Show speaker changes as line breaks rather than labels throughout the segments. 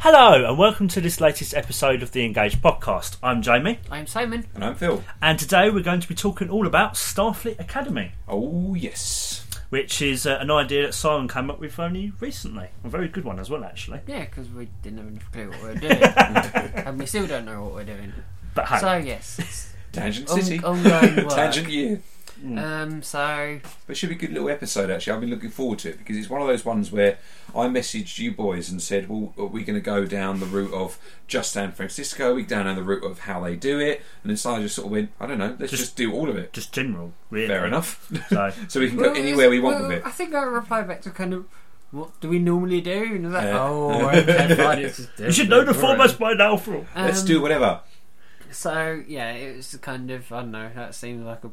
Hello, and welcome to this latest episode of the Engage podcast. I'm Jamie,
I'm Simon.
And I'm Phil.
and today we're going to be talking all about Starfleet Academy,
Oh, yes.
which is uh, an idea that Simon came up with only recently. A very good one as well, actually.
Yeah, because we didn't have enough clue what we were doing, and we still don't know what we're doing.
But hey,
So yes, it's
Tangent
on-
City.
ongoing work.
Tangent year. Mm.
Um, so
But it should be a good little episode, actually. I've been looking forward to it because it's one of those ones where I messaged you boys and said, well, are we going to go down the route of just San Francisco? We go down the route of how they do it? And then Sly just sort of went, I don't know, let's
Just-
just, do all of it.
just general, really.
Fair enough.
So,
so we can
Well,
go anywhere we want
well,
with it.
I think I replied back to kind of, what do we normally do? And it's like,
Yeah.
oh, okay, fine, it's just
you should know the
different,
format by now, Phil.
alright.
let's
Um,
do whatever.
So yeah, it was kind of I don't know. That seemed like a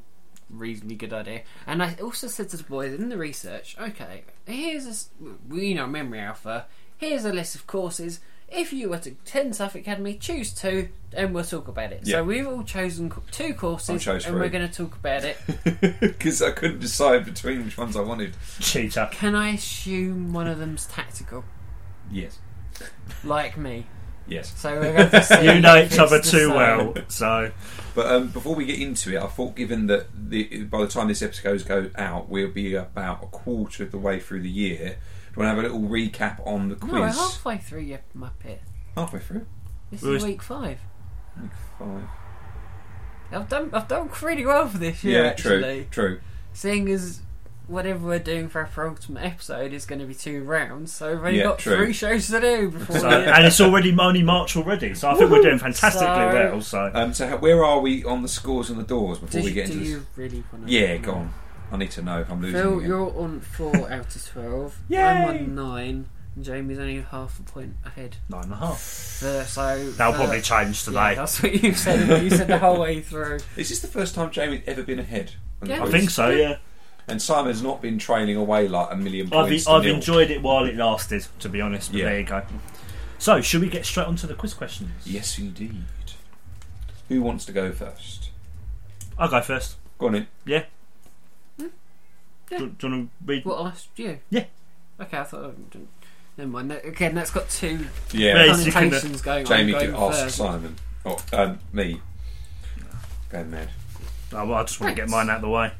reasonably good idea. And I also said to the boys in the research, okay, here's a s- we know Memory Alpha. Here's a list of courses. If you were to attend Suffolk Academy, choose two, and we'll talk about it.
Yeah.
So we've all chosen co- two courses,
I chose
and we're
three.
going to talk about it.
Because I couldn't decide between which ones I wanted.
Cheater.
Can I assume one of them's tactical,
Yes.
like me?
Yes.
So we're going to see
You know
if
each other
it's the
too
same.
well, so
But um, before we get into it, I thought given that the, by the time this episode goes out, we'll be about a quarter of the way through the year. Do you want to have a little recap on the quiz?
No, we're halfway through your Muppet.
Halfway through.
This
We
is
were-
week five.
Week Five.
I've done I've done pretty well for this year
yeah,
actually.
true, true.
Seeing as whatever we're doing for our penultimate episode is going to be two rounds, so we've only
Yeah,
got
true. uh,
three shows to do before.
so,
the-
and it's already only March already, so I think we're doing fantastically
So-
well. So,
Um, so, how, where are we on the scores and the doors before
do
we
you,
get
do
into this?
you really want to?
Yeah, go on. I need to know. I'm losing.
Phil,
again.
you're on four out of twelve.
Yay!
I'm on nine. And Jamie's only half a point ahead.
nine and a half.
The- so
That'll
the-
probably change
Yeah,
today.
that's what you said. You said the whole way through.
Is this the first time Jamie's ever been ahead? on the
Yeah.
I
quiz?
think so, yeah.
And Simon's not been trailing away like a million
I've,
points.
I've
to nil.
enjoyed it while it lasted, to be honest. But
Yeah.
there you go. So, should we get straight on to the quiz questions?
Yes, indeed. Who wants to go first?
I'll go first.
Go on in.
Do, do you want to read?
What asked you?
Yeah.
Okay, I thought. Never mind. that- Again, that's got two
Yeah,
Yeah,
it's- you can, uh,
connotations going
Jamie
on.
could
Going
ask
first.
Simon. Oh, um, me. Go mad.
Oh, well, I just want to get
Thanks.
mine out of the way.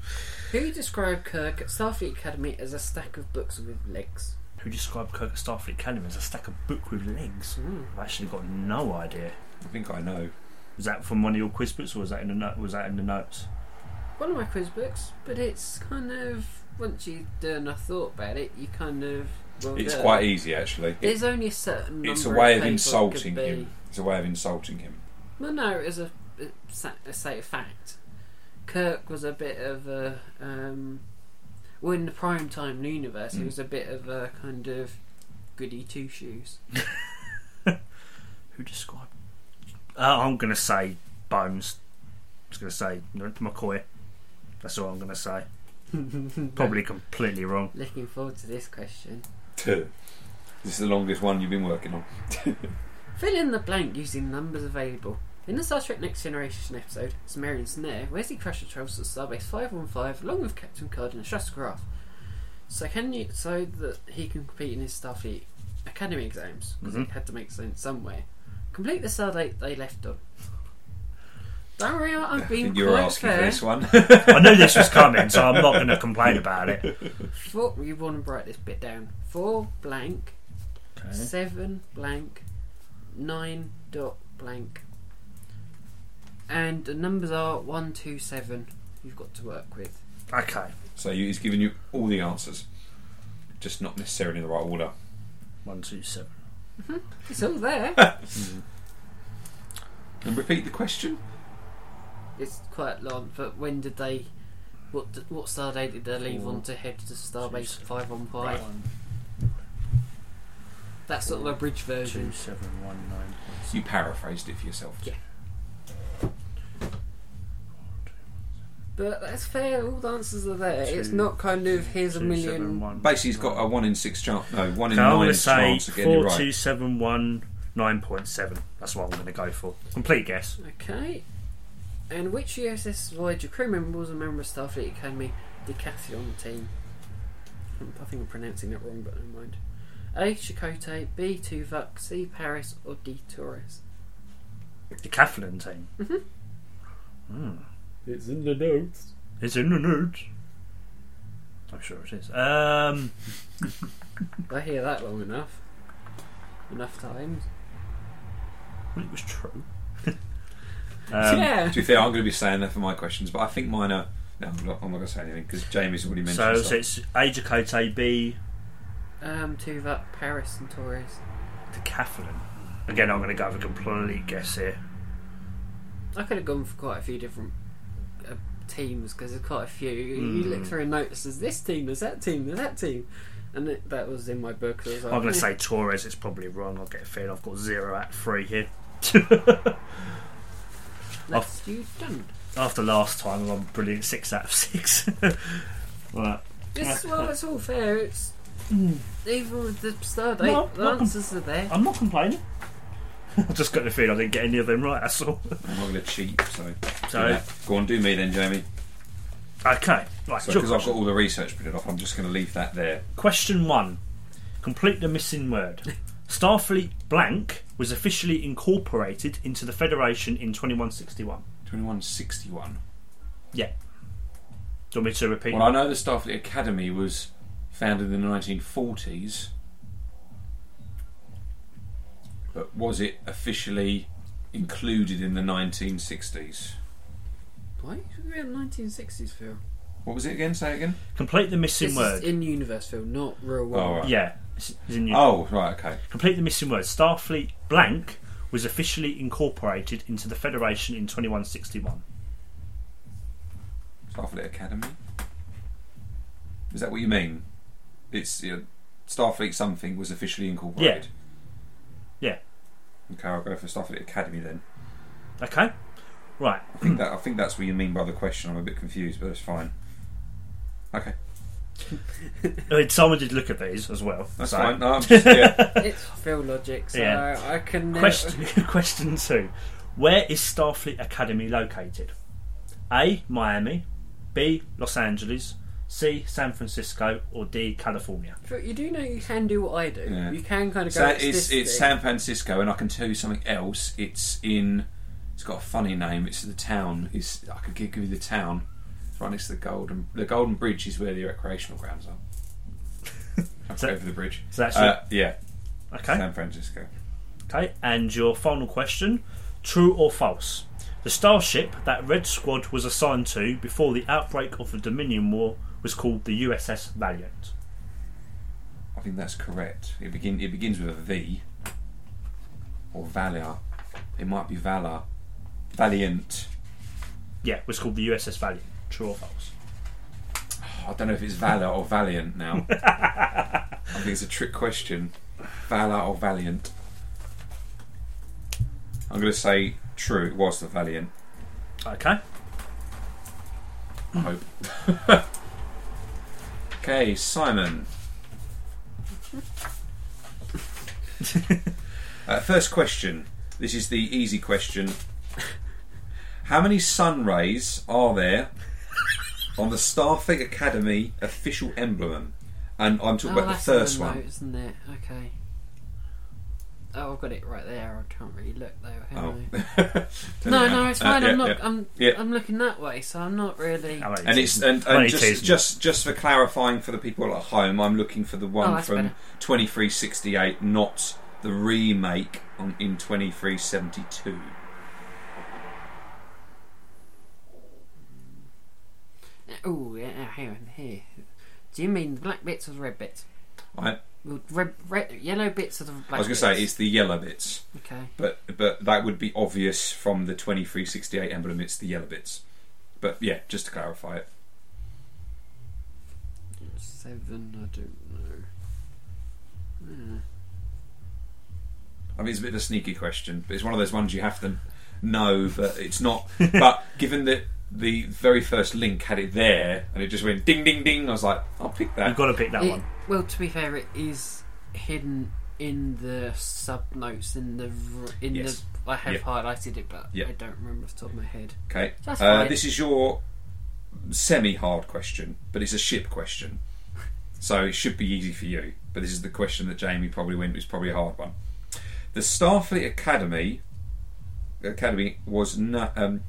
Who described Kirk at Starfleet Academy as a stack of books with legs?
Who described Kirk at Starfleet Academy as a stack of book with legs?
Hmm.
Mm.
I've actually got no idea.
I think I know.
Was that from one of your quiz books, or was that in the no- was that in the notes?
One of my quiz books, but it's kind of once you've done a thought about it, you kind of. Well,
It's
duh.
quite easy, actually. It-
There's only a certain. Number
it's a way of
people it
insulting
could be.
him. It's a way of insulting him.
Well, no, it's a, it's a state of fact. Kirk was a bit of a. Um, well, in the prime time universe, he
Mm.
was a bit of a kind of goody two shoes.
Who described? Uh, I'm going to say Bones. I'm just going to say McCoy. That's all I'm going to say. Probably completely wrong.
Looking forward to this question.
Two. This is the longest one you've been working on.
Fill in the blank using numbers available. In the Star Trek Next Generation episode, Sumerian Snare, Wesley Crusher travels to Starbase 515 along with Captain Cod and Shastgraf. So can you so that he can compete in his Starfleet Academy exams because
Mm-hmm.
Mhm.
it had to make sense somewhere. Complete the star date they left on. Don't worry, I-
I
I've been
think you were
quite
asking for
fair.
this one.
I knew this was coming, so I'm not going to complain about it.
Four, you want to write this bit down. Four blank,
Eh?
seven blank, nine dot blank, and the numbers are one, two, seven. You've got to work with.
Okay.
so you- he's giving you all the answers, just not necessarily in the right order.
One, two, seven.
It's all there.
And repeat the question.
it's quite long, but when did they? What d- what star day did they leave on to head to Starbase
Two,
Five One Five?
One,
That's sort of a bridge
two,
version.
seven, one, nine.
You paraphrased it for yourself.
Yeah. But that's fair. All the answers are there. it's
Two,
not kind of here's a
two,
million.
seven, one,
Basically, he's got
nine.
a one in six chance. No, one in
So I'm going
nine
to say
chance of getting it
four,
right.
two, seven, one, nine point seven. That's what I'm going to go for. Complete guess.
Okay. And which USS Voyager crew member was a member of Starfleet Um, Academy Decathlon team? I think I'm pronouncing that wrong, but never mind. A. Chicote, B. Tuvok, C. Paris, or D. Taurus?
The Catalan team.
Mm-hmm.
Hmm.
It's in the notes.
It's in the news. I'm sure it is. Um,
I hear that long enough. Enough times.
well, it was true. Um,
yeah.
To be fair, I'm going to be saying that for my questions, but I think mine are. No, I'm not, I'm not going to say anything because Jamie's already mentioned.
So,
stuff.
so it's A. Jacote, B.
Um, Tuvok, Paris, and Taurus.
The Catalan. Again, I'm going to go with a complete guess here.
I could have gone for quite a few different uh, teams because there's quite a few. You- You look
Mm.
through and notice there's this team, there's that team, there's that team. And it, that was in my book. so I was like,
I'm going
eh.
to say Torres. It's probably wrong. I'll get a feeling I've got zero at three here.
Oh.
That's you done.
After last time, I'm brilliant six out of six. right.
This, well, it's all fair. It's
Hmm.
even with the star date,
No,
the
not com-
answers are there.
I'm not complaining. I just got the feeling I didn't get any of them right. That's all.
I'm not going to cheat. So,
So
Yeah. go on, do me then, Jamie.
okay, right.
So
your
because I've got all the research printed off, I'm just going to leave that there.
Question one. Complete the missing word. Starfleet blank was officially incorporated into the Federation in 2161.
2161.
Yeah. Do you want me to repeat?
Well, I know the Starfleet Academy was founded in the 1940s, but was it officially included in the 1960s?
Why should we have 1960s film?
What was it again? Say it again.
Complete the missing
This
word.
is in universe film, not real world.
Oh, right.
Yeah. it's- it's in you.
Oh, right, okay.
Complete the missing word. Starfleet blank was officially incorporated into the Federation in 2161.
Starfleet Academy. Is that what you mean? It's you know, Starfleet something was officially incorporated.
Yeah.
Okay, I'll go for Starfleet Academy then.
Okay? Right.
I think that I think that's what you mean by the question. I'm a bit confused, but it's fine. Okay,
I mean, Oh, someone did look at these as well.
that's
so-
fine. No, I'm just, yeah.
It's film logic, so
Yeah.
I can never.
Question, question two. Where is Starfleet Academy located? A. Miami. B. Los Angeles. C. San Francisco. Or D. California.
But you do know you can do what I do.
Yeah.
You can kind of go.
So
it's
it's,
this
it's
thing.
San Francisco, and I can tell you something else. It's in. It's got a funny name. It's the town. Is I could give give you the town. It's right next to the Golden. The Golden Bridge is where the recreational grounds are. I'll
So-
go for the bridge.
So that's
Uh, yeah,
it. Okay.
San Francisco.
Okay. And your final question: True or false? The starship that Red Squad was assigned to before the outbreak of the Dominion War was called the USS Valiant.
I think that's correct. It begin it begins with a V. Or Valor. It might be Valor. Valiant.
Yeah, was called the USS Valiant. True or false?
I don't know if it's Valor or Valiant now. I think it's a trick question. Valor or Valiant? I'm going to say true. It was the Valiant.
Okay.
I hope. okay, Simon. uh, first question. This is the easy question. How many sun rays are there on the Starfleet Academy official emblem? And I'm talking
Oh,
about the
that's in
first
note,
one.
isn't it? Okay. Oh, I've got it right there. I can't really look though. have
Oh.
I? No, no, it's fine.
Uh, yeah,
I'm not.
yeah.
I'm.
Yeah.
I'm looking that way, so I'm not really.
Hello,
And it's and,
Well,
and
it is.
just, just just for clarifying for the people at home, I'm looking for the one
Oh, that's
from
better.
2368, not the remake on in 2372.
Oh, yeah. now, Hang on. Here. Do you mean the black bits or the red bits?
I,
Well, red, red, yellow bits or the black.
I was going to
bits?
say it's the yellow bits,
Okay.
but but that would be obvious from the 2368 emblem. It's the yellow bits. But yeah, just to clarify it.
Seven. I don't know. Yeah.
I mean, it's a bit of a sneaky question, but it's one of those ones you have to know, but it's not. but given that the very first link had it there, and it just went ding ding ding, I was like, I'll pick that.
You've got to pick that
It-
one.
Well, to be fair, it is hidden in the sub notes in the r- in
Yes.
the. I have
Yeah.
highlighted it, but
Yeah.
I don't remember off the top of my head.
Okay.
That's
uh,
fine.
This is your semi hard question, but it's a ship question. So it should be easy for you. But this is the question that Jamie probably went. It's probably a hard one. The Starfleet Academy Academy was not. Um,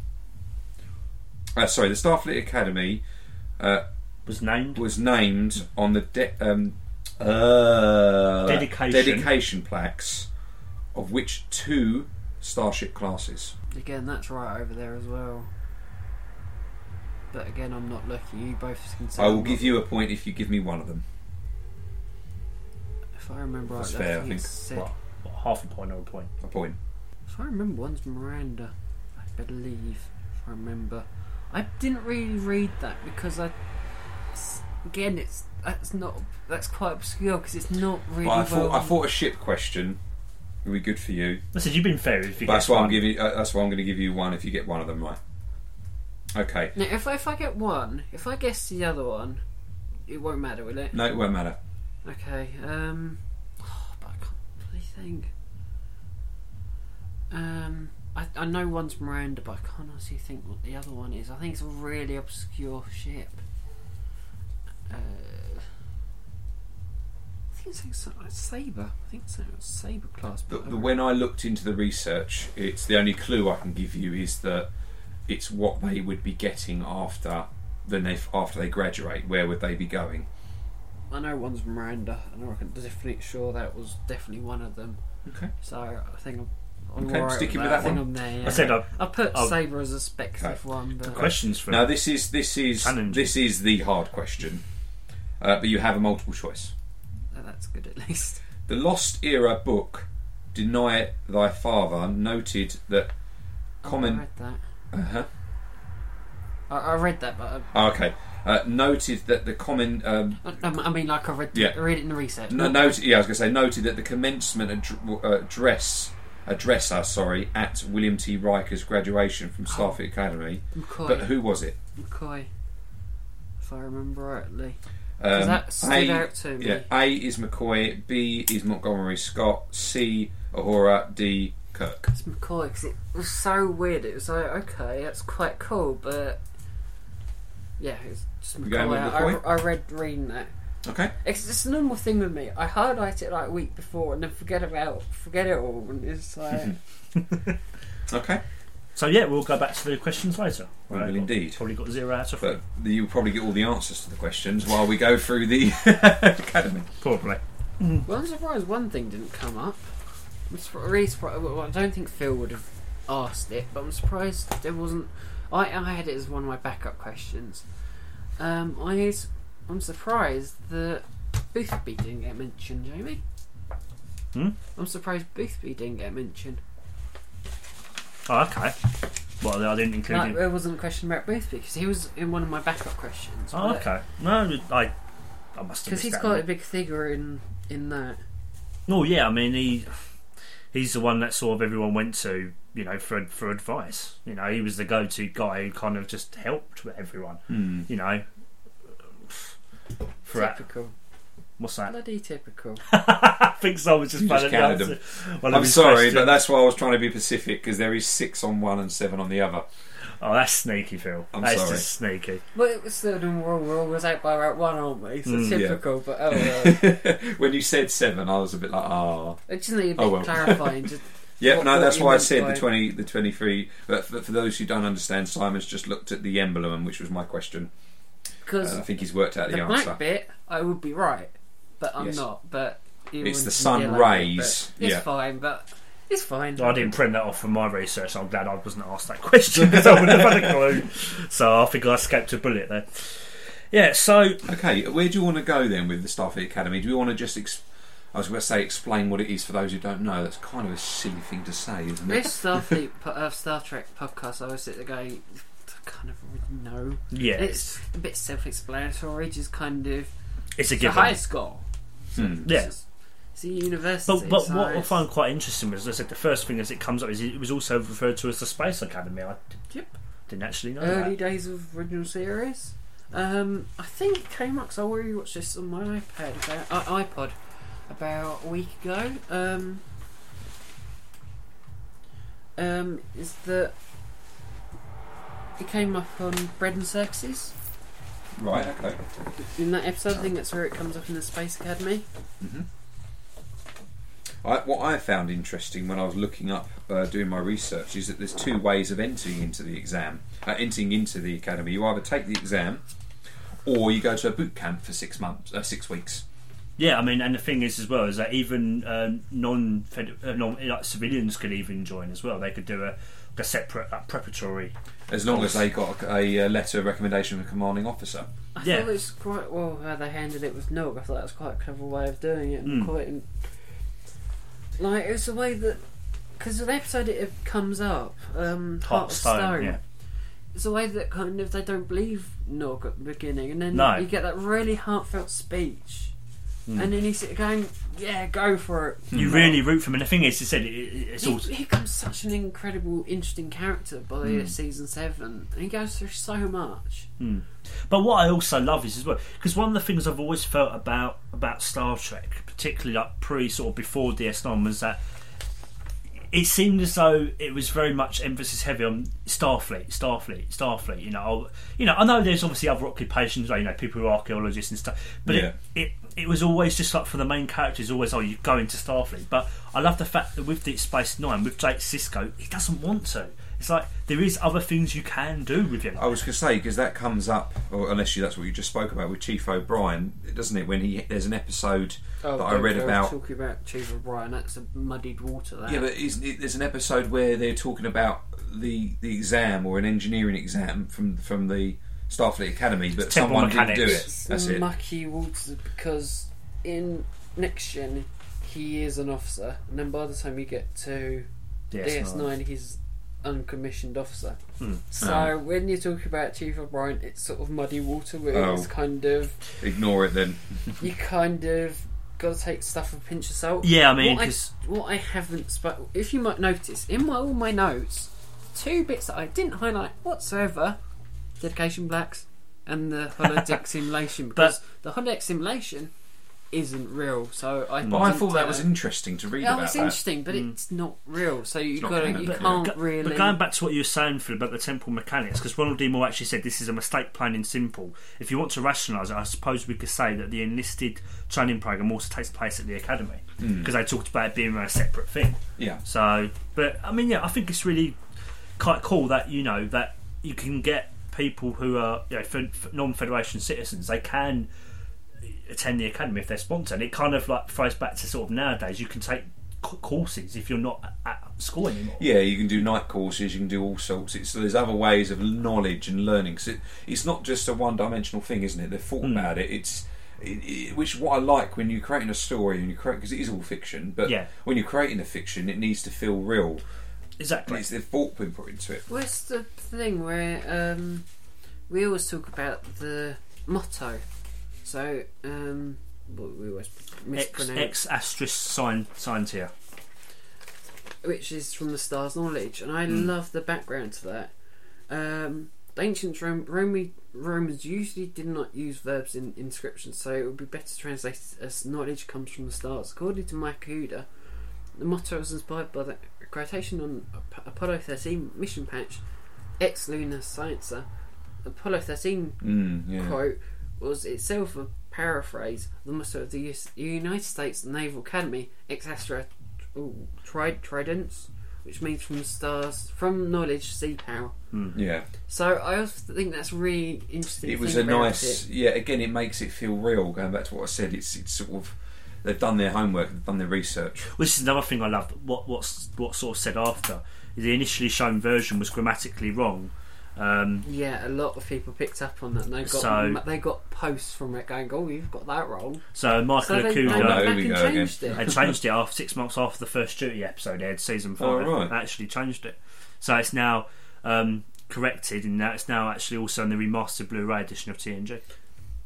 uh, sorry, the Starfleet Academy uh,
was named.
was named on the de- um, uh,
Dedication.
dedication plaques, of which two starship classes.
Again, that's right over there as well. But again, I'm not looking. You both can.
I will give you a point if you give me one of them.
If I remember
That's
right,
fair,
I
I
think,
think.
it said.
Well, half a point or a point.
A point.
If I remember, one's Miranda. I believe. If I remember, I didn't really read that because I. s- Again, it's that's not that's quite obscure because it's not really.
But I thought
well-
I thought a ship question would be good for you.
Listen, you've been fair if you
That's
guess
why I'm
one.
giving. Uh, that's why I'm going to give you one if you get one of them right. Okay.
Now, if I, if I get one, if I guess the other one, it won't matter, will it?
No, it won't matter.
Okay. Um. Oh, but I can't really think. Um. I, I know one's Miranda, but I can't honestly think what the other one is. I think it's a really obscure ship. Uh, I think it's like something like Saber. I think it's something like Saber class.
The,
but I
the,
don't-
when I looked into the research, it's the only clue I can give you is that it's what they would be getting after then they after they graduate. Where would they be going?
I know one's Miranda, and I reckon definitely sure that was definitely one of them.
Okay.
So I think I'm. I'm
Okay,
alright
sticking
with that,
with that
I think
one.
I'm there, yeah.
I said I've
I put
I'll-
Saber as a speculative one, but
questions for
Now this is this is
Challenging.
this is the hard question, uh, but you have a multiple choice.
uh, that's good at least.
The Lost Era book, Deny Thy Father, noted that
Oh, I
common.
read that.
Uh-huh.
I, I read that, but
Oh, okay. Uh, noted that the common. Um,
I, I, I mean, like I read,
Yeah.
read it in the research.
no,
Not-
noted, yeah, I was going to say noted that the commencement ad- uh, address addresser, sorry, at William T. Riker's graduation from Starfleet Academy.
McCoy.
But who was it?
McCoy, if I remember rightly,
Um,
that stood
A-
out to me.
Yeah, A is McCoy, B is Montgomery Scott, C Ahura, D Kirk.
it's McCoy because it was so weird. It was like, okay, that's quite cool, but yeah, it's just
You
McCoy.
going with McCoy?
I, I read reading that.
Okay.
It's just a normal thing with me. I highlight it like a week before and then forget about forget it all, and it's like
Okay.
So yeah, we'll go back to the questions later.
We will
Right,
indeed.
Probably got zero out of three.
But you'll probably get all the answers to the questions while we go through the academy.
Probably.
Well, I'm surprised one thing didn't come up. I'm surpri- really surprised. Well, I don't think Phil would have asked it, but I'm surprised there wasn't. I, I had it as one of my backup questions. Um, I is, I'm surprised that Boothby didn't get mentioned, Jamie.
Hmm?
I'm surprised Boothby didn't get mentioned.
Oh, okay. Well, I didn't include
Like,
him.
there wasn't a question about Boothby because he was in one of my backup questions.
Oh, okay. No, I, I must have
Because
missed
he's
that
quite
one.
a big figure in in that.
Oh yeah, I mean he he's the one that sort of everyone went to, you know, for for advice. You know, he was the go to guy who kind of just helped everyone.
Hmm.
You know, for that,
Typical,
what's that?
bloody typical.
I think someone just
You just
found
counted
the
them.
answer. One of
I'm
his
sorry, but
questions.
that's why I was trying to be pacific because there is six on one and seven on the other.
oh, that's sneaky, Phil.
I'm
that's
sorry.
just sneaky.
Well, it was third and we're, we're always out by about one, aren't we? So
Mm,
yeah.
typical, but oh well.
when you said seven, I was a bit like, ah.
I just need a bit
Oh, well.
clarifying. Just,
Yeah,
What-
no,
what
that's
you
why I
meant
said
by-
the twenty, the twenty-three. But for, for those who don't understand, Simon's just looked at the emblem, which was my question,
because
and I think he's worked out
the
Uh, the
black
answer.
bit, I would be right, but I'm
Yes.
not. But you
It's the
wouldn't
sun
be allowed,
rays,
but It's
yeah.
fine, but it's fine.
I didn't print that off from my research. so I'm glad I wasn't asked that question because I would have had a clue. So I think I escaped a bullet there. Yeah. So
Okay, where do you want to go then with the Starfleet Academy? Do we want to just? Ex- I was going to say explain what it is for those who don't know. That's kind of a silly thing to say, isn't it?
This Starfleet po- uh, Star Trek podcast, I always sit there going, I kind of already know.
yeah,
It's a bit self-explanatory. Just kind of
it's a
it's a
given.
high school.
Hmm.
Yeah.
It's, it's a university.
But, but
so
what I
it's-
find quite interesting was, as I said, the first thing as it comes up is it was also referred to as the Space Academy. I d-
Yep.
didn't actually know
early
that.
days of original series. Um, I think it came up 'cause I already watched this on my iPad about uh, iPod about a week ago. Um, um, is that it came up on Bread and Circuses?
Right, okay.
In that episode, I think that's where it comes up in the Space Academy.
Mm-hmm. I, what I found interesting when I was looking up, uh, doing my research, is that there's two ways of entering into the exam, uh, entering into the academy. You either take the exam, or you go to a boot camp for six months, uh, six weeks.
Yeah, I mean, and the thing is as well is that even um, non uh, non like civilians could even join as well. They could do a, a separate like, preparatory.
As long as they got a, uh letter of recommendation from a commanding officer.
I
Yeah.
thought it was quite well how they handled it with Nog. I thought that was quite a clever way of doing it, and
Mm.
quite in, like it was the way that because the episode it comes up, um, Heart of Stone.
yeah.
It's the way that kind of they don't believe Nog at the beginning, and then
No. Hmm.
you get that really heartfelt speech, and then he's going, "Yeah, go for it."
You really root for him, and the thing is, he said it, it, it's
He,
all.
he becomes such an incredible, interesting character by
Hmm.
season seven, and he goes through so much.
But what I also love is as well because one of the things I've always felt about about Star Trek, particularly like pre sort of before DS9, was that it seemed as though it was very much emphasis heavy on Starfleet, Starfleet, Starfleet. You know, I'll- you know, I know there's obviously other occupations, like, you know, people who are archaeologists and stuff, but
Yeah.
it, it it was always just like for the main characters, always oh you go into Starfleet. But I love the fact that with Deep Space Nine, with Jake Sisko, he doesn't want to. It's like there is other things you can do with him.
I was going to say because that comes up, or unless you, that's what you just spoke about with Chief O'Brien, doesn't it? When he there's an episode that I
Oh, don't
read
go
about
talking about Chief O'Brien. That's a muddied water. That
Yeah, but isn't it, there's an episode where they're talking about the the exam or an engineering exam from from the Starfleet Academy, but
Temple
someone didn't do
mechanics.
it. That's it.
mucky water because in next gen he is an officer, and then by the time you get to DS9, he's uncommissioned officer. So
Oh.
when you talk about Chief O'Brien, it's sort of muddy water where
Oh.
it's kind of
Ignore it then.
you kind of got to take stuff with a pinch of salt.
Yeah, I mean,
what
because
I, what I haven't, sp- if you might notice, in my all my notes, two bits that I didn't highlight whatsoever: dedication blacks and the holodeck simulation. Because the holodeck simulation isn't real, so
Mm.
I.
But I
didn't,
thought that
uh,
was interesting to read
Yeah,
about
it's
that. Mm.
interesting, but it's not real. So you
not
got
canon,
you
yeah.
can't
Go-
really.
But going back to what you were saying, Phil, about the temple mechanics, because Ronald D. Moore actually said this is a mistake plain and simple. If you want to rationalise it, I suppose we could say that the enlisted training programme also takes place at the academy, because they talked about it being a separate thing.
Yeah,
So, but I mean, yeah, I think it's really quite cool that you know that you can get people who are you know, fe- f- non-federation citizens. They can attend the academy if they're sponsored. It kind of like throws back to sort of nowadays. You can take c- courses if you're not at school anymore.
yeah. You can do night courses. You can do all sorts. It's, there's other ways of knowledge and learning. 'Cause it, it's not just a one-dimensional thing, isn't it? They've thought
Mm.
about it. It's it, it, which what I like when you're creating a story and you create because it is all fiction. But
Yeah.
when you're creating a fiction, it needs to feel real.
Exactly.
It's the thought been put into it.
What's the thing where um, we always talk about the motto? So um, what we always
X,
mispronounce.
X asterisk sign sign tier.
which is from the Star's Knowledge, and I love the background to that. Um, the ancient Rome, Romy, Romans usually did not use verbs in inscriptions, so it would be better translated as knowledge comes from the stars. According to Mike Huda, the motto was inspired by the quotation on Ap- Apollo 13 mission patch, ex Luna Sciencer. Apollo 13
Mm, yeah.
quote was itself a paraphrase of the motto of the US, United States Naval Academy ex astra ooh, tri- tridents, which means from the stars, from knowledge, sea power.
Mm. Yeah,
So I also think that's really interesting.
it
to
was a
think about
nice.
it.
Yeah, again, it makes it feel real. Going back to what I said, it's it's sort of they've done their homework, they've done their research.
Which is another thing I loved. What what's what sort of said after the initially shown version was grammatically wrong. Um,
Yeah, a lot of people picked up on that. And they got
So-
they got posts from it going, "Oh, you've got that wrong."
so Michael
So they
Okuda
they
Oh,
went
no,
back
here we
and
go again.
changed it.
They changed it after six months after the first duty episode aired, season
Oh,
five.
right.
They actually changed it, so it's now um, corrected, and now it's now actually also in the remastered Blu-ray edition of TNG.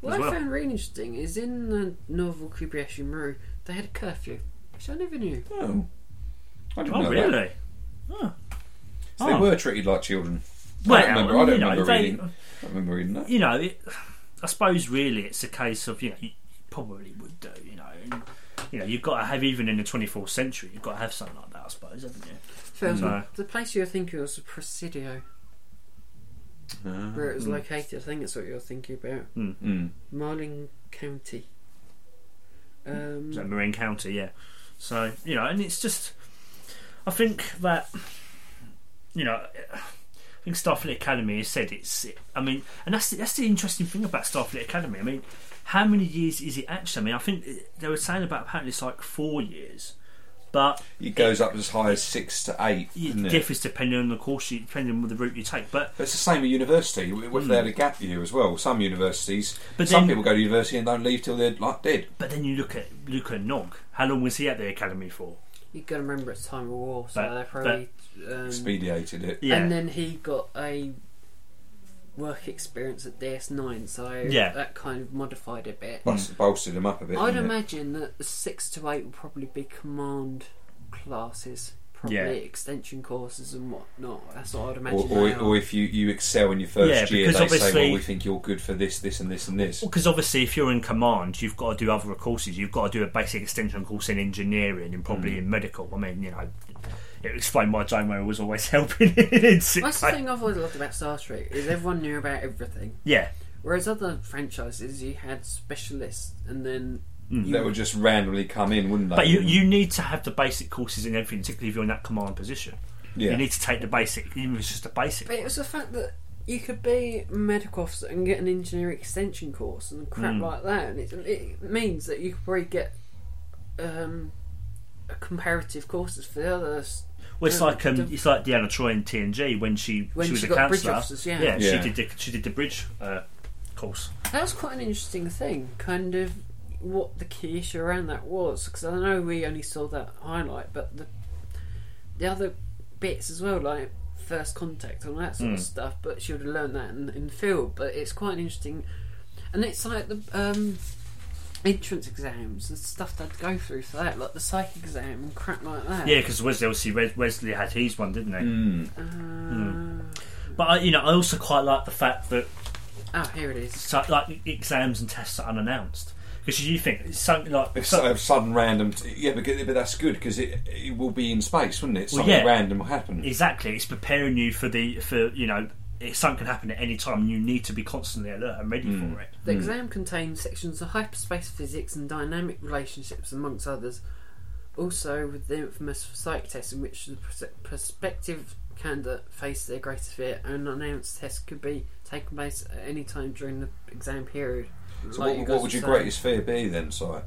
What
as well.
I found really interesting is in the novel Kobayashi Maru, they had a curfew, which I never knew.
Oh, I didn't
Oh,
know that.
really?
So they
Oh.
were treated like children. I
Well,
don't remember. I don't
you know,
remember
they-
reading. I don't remember reading that.
you know, it, I suppose really it's a case of you know you probably would do, you know, and, you know you've got to have even in the 24th century you've got to have something like that, I suppose, haven't you?
Phil,
No.
the place you were thinking was Presidio. where it was
Mm-hmm.
Mm.
located. I think that's what you're thinking about.
Mm.
Marling County. Um,
So Marin County, yeah. So you know, and it's just, I think that, you know, I think Starfleet Academy has said it's. I mean, and that's the, that's the interesting thing about Starfleet Academy. I mean, how many years is it actually? I mean, I think they were saying about apparently it's like four years, but
It goes up as high as six to eight.
it
doesn't it?
differs depending on the course, you, depending on the route you take. But
But It's the same at university. w- If they had a gap year as well, some universities,
Mm. But
some
then-
people go to university and don't leave till they're like dead.
but then you look at Luca Nog. How long was he at the academy for?
you got to remember it's time of war, so
But-
they probably. um,
Expediated it.
Yeah.
And then he got a work experience at DS9, so
Yeah.
that kind of modified a bit.
Plus, bolstered them up a bit.
I'd
didn't it?
imagine that the six to eight will probably be command classes, probably
Yeah.
extension courses and whatnot. That's what I'd
Or,
imagine.
or,
they
or
are.
if you, you excel in your first
Yeah,
year,
because
they say,
obviously-
well, we think you're good for this, this, and this, and this.
Because obviously, if you're in command, you've got to do other courses. You've got to do a basic extension course in engineering and probably
Mm.
in medical. I mean, you know, it explained why John Wayne was always helping in sick
That's the
bay.
thing I've always loved about Star Trek is everyone knew about everything.
Yeah,
Whereas other franchises, you had specialists, and then
Hmm.
you
That would just randomly come in, wouldn't they?
but you, you need to have the basic courses in everything, particularly if you're in that command position.
yeah.
You need to take the basic, even if it's just a basic.
But it was the fact that you could be a medical officer and get an engineering extension course and crap
Hmm.
like that, and it, it means that you could probably get um, a comparative courses for the others.
Well, it's
Yeah,
like um,
the-
it's like Deanna Troy in TNG when she
When
she was
she
a
got bridge
counselor.
officers, yeah.
Yeah.
she did the, she did the bridge uh, course.
That was quite an interesting thing, kind of what the key issue around that was, because I know we only saw that highlight, but the the other bits as well, like first contact and all that sort of stuff. But she would have learned that in, in the field. But it's quite an interesting, and it's like the um, entrance exams and stuff they'd go through for that, like the psych exam and crap like that.
Yeah, because Wesley obviously Wes- Wesley had his one, didn't he?
Mm.
Uh,
But I, you know, I also quite like the fact that
Oh, here it is.
so, like exams and tests are unannounced because you think it's something like
If
so-
so, if sudden random, t- yeah, but, but that's good because it, it will be in space, wouldn't it?
Well,
Something
yeah.
random will happen.
exactly it's preparing you for the for you know it, something can happen at any time and you need to be constantly alert and ready
Mm.
for it
Hmm.
The exam contains sections of hyperspace physics and dynamic relationships, amongst others. Also, with the infamous psych test, in which the pers- prospective candidate faced their greatest fear, an unannounced test could be taken place at any time during the exam period.
So,
Like
what,
guys
what would your
were saying.
greatest fear be then, Sire?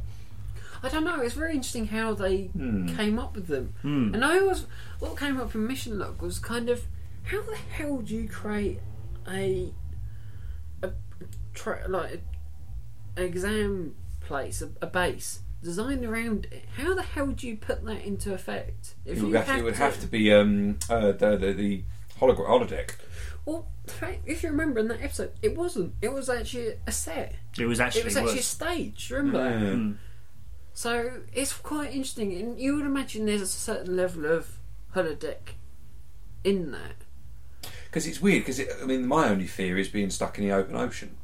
I don't know. It's very interesting how they came up with them.
Hmm.
And I was what came up in Mission Log was kind of how the hell do you create a a tra- like a exam place, a, a base designed around it? How the hell do you put that into effect? If
It would, have, it would have to be um, uh, the, the, the hologra- holodeck.
Well, the fact- if you remember in that episode, it wasn't. It was actually a set.
it was actually
It was actually a stage. Remember.
Mm.
So it's quite interesting, and you would imagine there's a certain level of holodeck in that.
Because it's weird. Because it, I mean, my only fear is being stuck in the open ocean.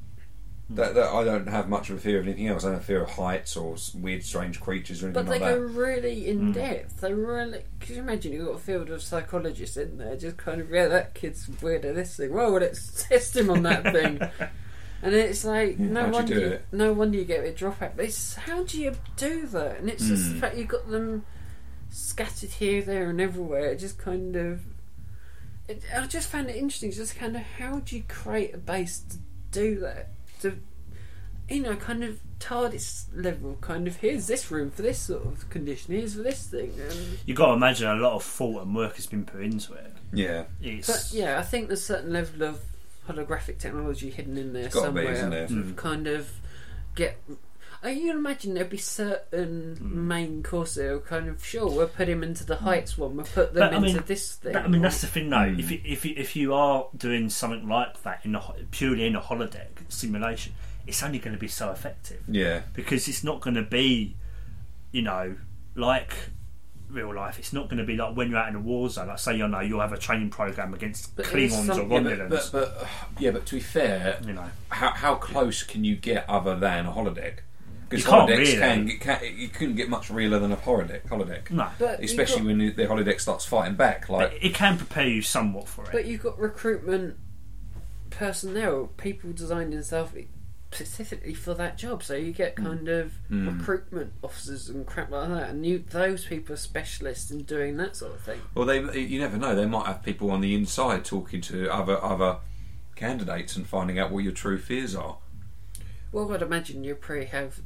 Hmm.
That, that I don't have much of a fear of anything else. I don't have a fear of heights or s- weird, strange creatures or anything
But they
like
go
that.
really in depth. They really. Could you imagine you've got a field of psychologists in there, just kind of, yeah, that kid's weird at this thing. Well, let's test him on that thing. And it's like
Yeah,
no
how'd you
wonder,
do
you-
it?
no wonder you get a dropout. But it's how do you do that? And it's just the
Mm.
fact you've got them scattered here, there, and everywhere. It just kind of, it, I just found it interesting. Just kind of how do you create a base to do that? To you know, kind of TARDIS level, kind of here's this room for this sort of condition, here's for this thing. And,
you've got to imagine a lot of thought and work has been put into it
Yeah,
it's
but yeah, I think there's a certain level of holographic technology hidden in there
it's got to
somewhere.
be, isn't there?
Mm.
kind of get. I you imagine there'd be certain
Mm.
main courses that are kind of sure we'll put him into the heights one, we'll put them
But, I
into
mean,
this thing.
That- I mean, that's the thing, though.
Mm.
If you, if you, if you are doing something like that in a, ho- purely in a holodeck simulation, it's only going to be so effective.
Yeah,
because it's not going to be, you know, like real life. It's not going to be like when you're out in a war zone. Like say, you know, you'll have a training program against
But it is
Klingons
some-
or
yeah,
Romulans.
but, but, but uh, yeah, but to be fair,
you know,
how, how close can you get other than a holodeck? Because
You can't
holodecks
really.
can, can you couldn't get much realer than a holodeck. Holodeck,
no,
But you've
especially
got-
when the holodeck starts fighting back. Like
But it can prepare you somewhat for it.
But you've got recruitment personnel, people designed and stuff specifically for that job. So you
Mm.
get kind of
Mm.
recruitment officers and crap like that, and you those people are specialists in doing that sort of thing.
Well, they you never know. They might have people on the inside talking to other other candidates and finding out what your true fears are.
Well, I'd imagine you probably have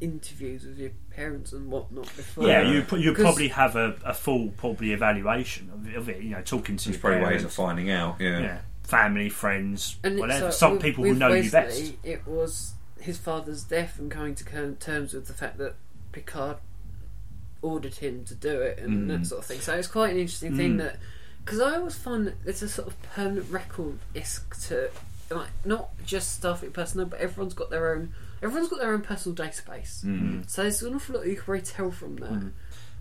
interviews with your parents and whatnot before.
Yeah, you pro- you
'Cause-
probably have a, a full probably evaluation of it, of it. You know, talking to
There's
your
probably ways of
parents,
finding out. Yeah.
yeah, family, friends,
And it's
whatever.
like
Some
with-
people
with
will know you
Wesley,
best.
It was his father's death and coming to come- terms with the fact that Picard ordered him to do it and
Mm.
that sort of thing. So it's quite an interesting thing that because I always find that there's a sort of permanent record isk to like not just stuff in personnel, but everyone's got their own. Everyone's got their own personal database, mm. so there's an awful lot you can really tell from that,
Mm.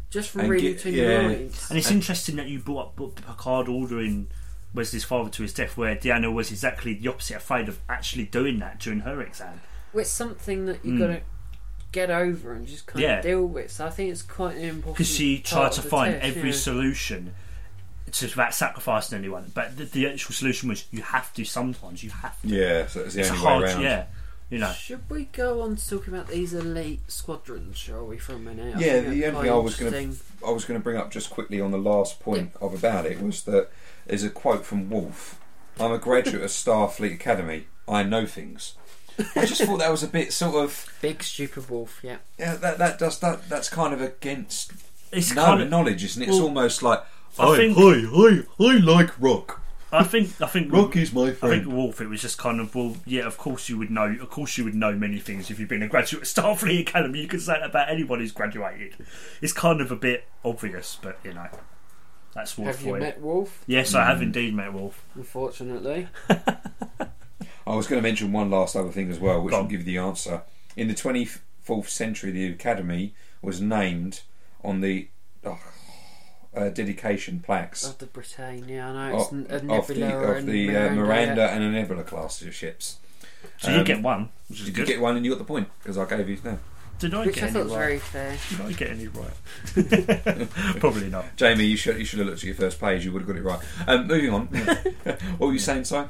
just from
And
reading
get-
between the
yeah.
lines.
And it's interesting that you brought up Bob Picard ordering Wesley's father to his death, where Deanna was exactly the opposite, afraid of actually doing that during her exam.
It's something that you have got to get over and just kind
Hmm. Yeah.
of deal with. So I think it's quite an important.
Because she tried
part
to
of Mm. Oh, the
find
test,
every
yeah.
solution to about sacrificing anyone, but the, the actual solution was you have to sometimes, you have to.
Yeah, so it's the
It's a
only
hard,
way around.
yeah. You know,
Should we go on to talking about these elite squadrons, shall we, for a minute? I
Yeah,
think
the
that's
only
quite
thing I was going
interesting.
to I was going to bring up just quickly on the last point of about it was that there's a quote from Wolf. I'm a graduate of Starfleet Academy. I know things. I just thought that was a bit sort of
Big stupid wolf, yeah.
yeah, that that does that that's kind of against
it's
no
kind of.
knowledge, isn't it? It's
well,
almost like
I think-
I, I like rock.
I think. I think.
is my
I think Wolf. It was just kind of well, yeah. Of course you would know. Of course you would know many things if you've been a graduate of Starfleet Academy. You can say that about anyone who's graduated. It's kind of a bit obvious, but you know, that's Wolf
Have
for
you
you.
met Wolf?
Yes, I have indeed met Wolf.
Unfortunately,
I was going to mention one last other thing as well, which
Go
will
on.
give you the answer. In the 24th century, the Academy was named on the oh, uh, dedication plaques
of the Britannia, I know it's
Oh, of,
n- a
of the,
Nebula
of
and
the uh,
Miranda.
Miranda and a Nebula class of ships.
So you
Um,
get one, which is
Did you
good.
get one and you got the point because I gave you no.
Did I
Which
get
I
any
thought was
right?
very fair.
Did I get any right? Probably not.
Jamie, you should you should have looked at your first page. You would have got it right. Um, moving on. what were you saying, Si?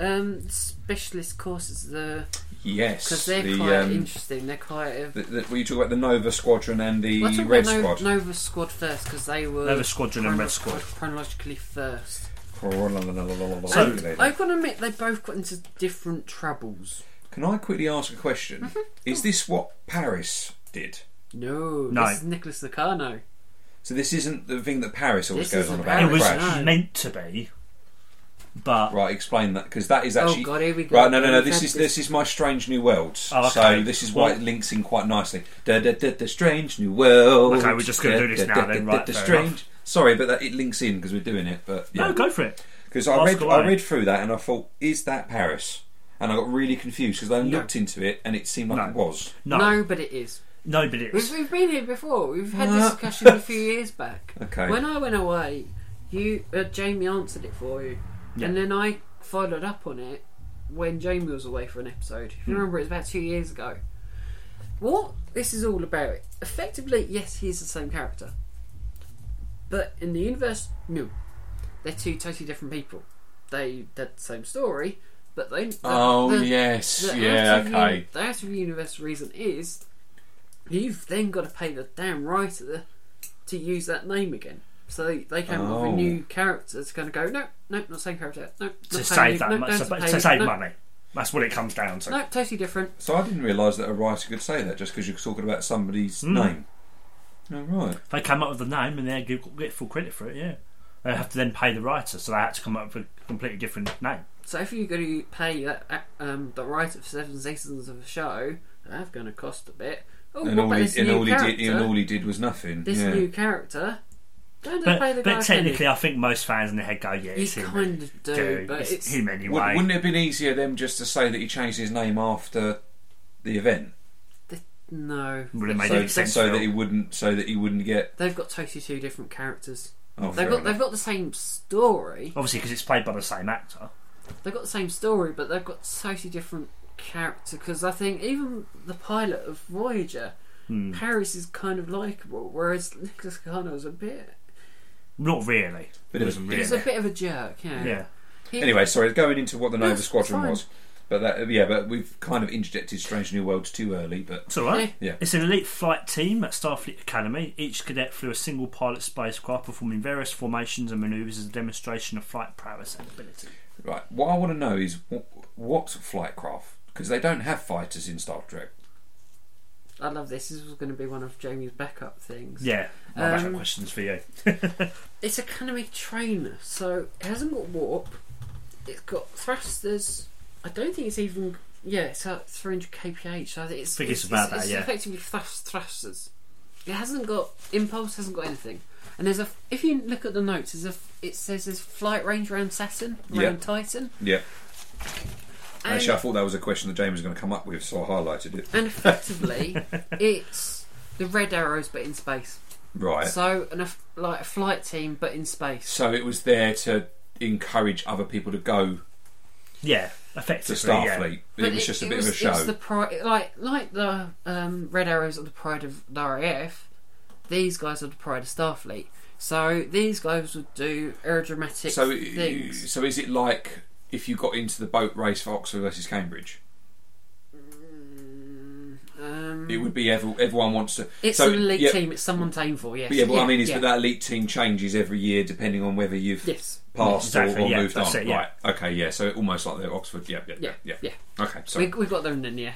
Um, specialist courses, the
Yes,
because they're
the,
quite
um,
interesting. They're quite. Uh,
the, the, were you talking about the Nova Squadron and the
Let's talk
Red
about
Squad?
No- Nova Squad first because they were
Nova Squadron and Red
chrono-
Squad.
chronologically first.
So-
I can admit they both got into different troubles.
Can I quickly ask a question?
Mm-hmm,
Is this what Paris did?
No,
No.
this is Nicholas Locarno.
So this isn't the thing that Paris always
This
goes on
isn't
about.
It
Paris,
was uh,
Crash.
no.
meant to be, but
Right, explain that because that is
Oh,
actually
God, here we go.
right. No, no, no.
We've
This
had
is
this-
this is my Strange New World.
Oh, okay.
So this is why
Well-
it links in quite nicely. Da, da, da, da, strange New World.
Okay, we're just gonna
Da,
do this
da,
now
da,
then,
da, da,
right,
da,
fair
strange.
enough.
Sorry, but that, it links in because we're doing it. But
no,
yeah.
go for it.
Because I
Ask
read,
away.
I read through that and I thought, is that Paris? And I got really confused because I looked into it and it seemed like
No.
it was.
No, no,
No, but it is.
but it
We've,
was.
we've been here before. We've had
Uh.
this discussion a few years back.
Okay.
When I went away, you uh, Jamie answered it for you,
Yeah.
and then I followed up on it when Jamie was away for an episode. If you remember, it was about two years ago. What this is all about? Effectively, yes, he is the same character, but in the universe, no, they're two totally different people. They they're the same story, but they the-
Oh,
the-
yes,
the out of uni- the out of universe reason is you've then got to pay the damn writer to use that name again. So they, they came up with a
Oh.
new character that's going to go, no, no, not same character, no, not
to
same
save
name,
that
no,
much,
don't
to,
pay
to save
no,
money. That's what it comes down to.
No, totally different.
So I didn't realise that a writer could say that just because you're talking about somebody's name. Oh, right.
They come up with the name and they get get full credit for it. Yeah, they have to then pay the writer, so they had to come up with a completely different name.
So if you're going to pay that, um, the writer for seven seasons of a show, that's going to cost a bit. Oh,
And
what
all,
about this
he, and,
new
all he
character?
did, and all he did was nothing.
this
yeah.
new character, don't they pay the
But,
guy
but technically, I think most fans in their head go, "Yeah,
You
it's him."
kind of do,
Dude,
but
it's,
it's
him
Would,
anyway.
wouldn't it have been easier then just to say that he changed his name after the event,
no.
Would have made
so,
any sense.
so
Phil.
that he wouldn't, so that he wouldn't get.
They've got totally two different characters.
Oh,
They've
fair
got they've
enough.
got the same story.
Obviously, because it's played by the same actor.
They've got the same story, but they've got totally different character. Because I think even the pilot of Voyager,
Hmm.
Paris is kind of likable, whereas Nicholas Cano is a bit
Not really.
Bit of a
Wasn't
dick.
he's
really.
a bit of a jerk. Yeah.
Yeah,
He-
Anyway, sorry, going into what the Nova
That's
Squadron
fine.
was, but that yeah, but we've kind of interjected Strange New Worlds too early. But
It's all right.
yeah,
It's an elite flight team at Starfleet Academy. Each cadet flew a single pilot spacecraft, performing various formations and maneuvers as a demonstration of flight prowess and ability.
right. What I want to know is wh- what flight craft because they don't have fighters in Star Trek.
I love this. This was going to be one of Jamie's backup things.
Yeah, my
Um,
backup questions for you.
It's Academy Trainer, so it hasn't got warp. It's got thrusters. I don't think it's even. Yeah, it's at 300 kph. So it's,
Think it's
it's
about
it's-
that,
it's
yeah.
effectively thrust, thrusters. It hasn't got impulse. Hasn't got anything. And there's a. If you look at the notes, there's a. f- It says there's flight range around Saturn, around
Yeah.
Titan.
Yeah,
And,
actually, I thought that was a question that Jamie was going to come up with, so I highlighted it.
and effectively, it's the red arrows, but in space.
Right. So,
So, an, eff- like a flight team, but in space.
it was there to encourage other people to go
yeah,
to
effectively.
Starfleet.
But
It was just a
it
bit
was-
of a
it was
show.
the pri- like like the um, Red Arrows are the pride of the RAF. These guys are the pride of Starfleet. So these guys would do aerodramatic
So,
things.
so is it like if you got into the boat race for Oxford versus Cambridge?
Um,
It would be every, everyone wants to.
it's
so,
an elite
yeah,
team. It's someone's aim for. Yes.
But yeah, but I mean, is
yeah.
that that elite team changes every year depending on whether you've
Yes.
passed
Exactly,
or, or
yeah,
moved
that's
on.
it, yeah.
Right. Okay. Yeah. So almost like the Oxford. Yeah. Yeah.
Yeah.
Yeah.
Yeah.
Okay. So
We, we've got them in yeah.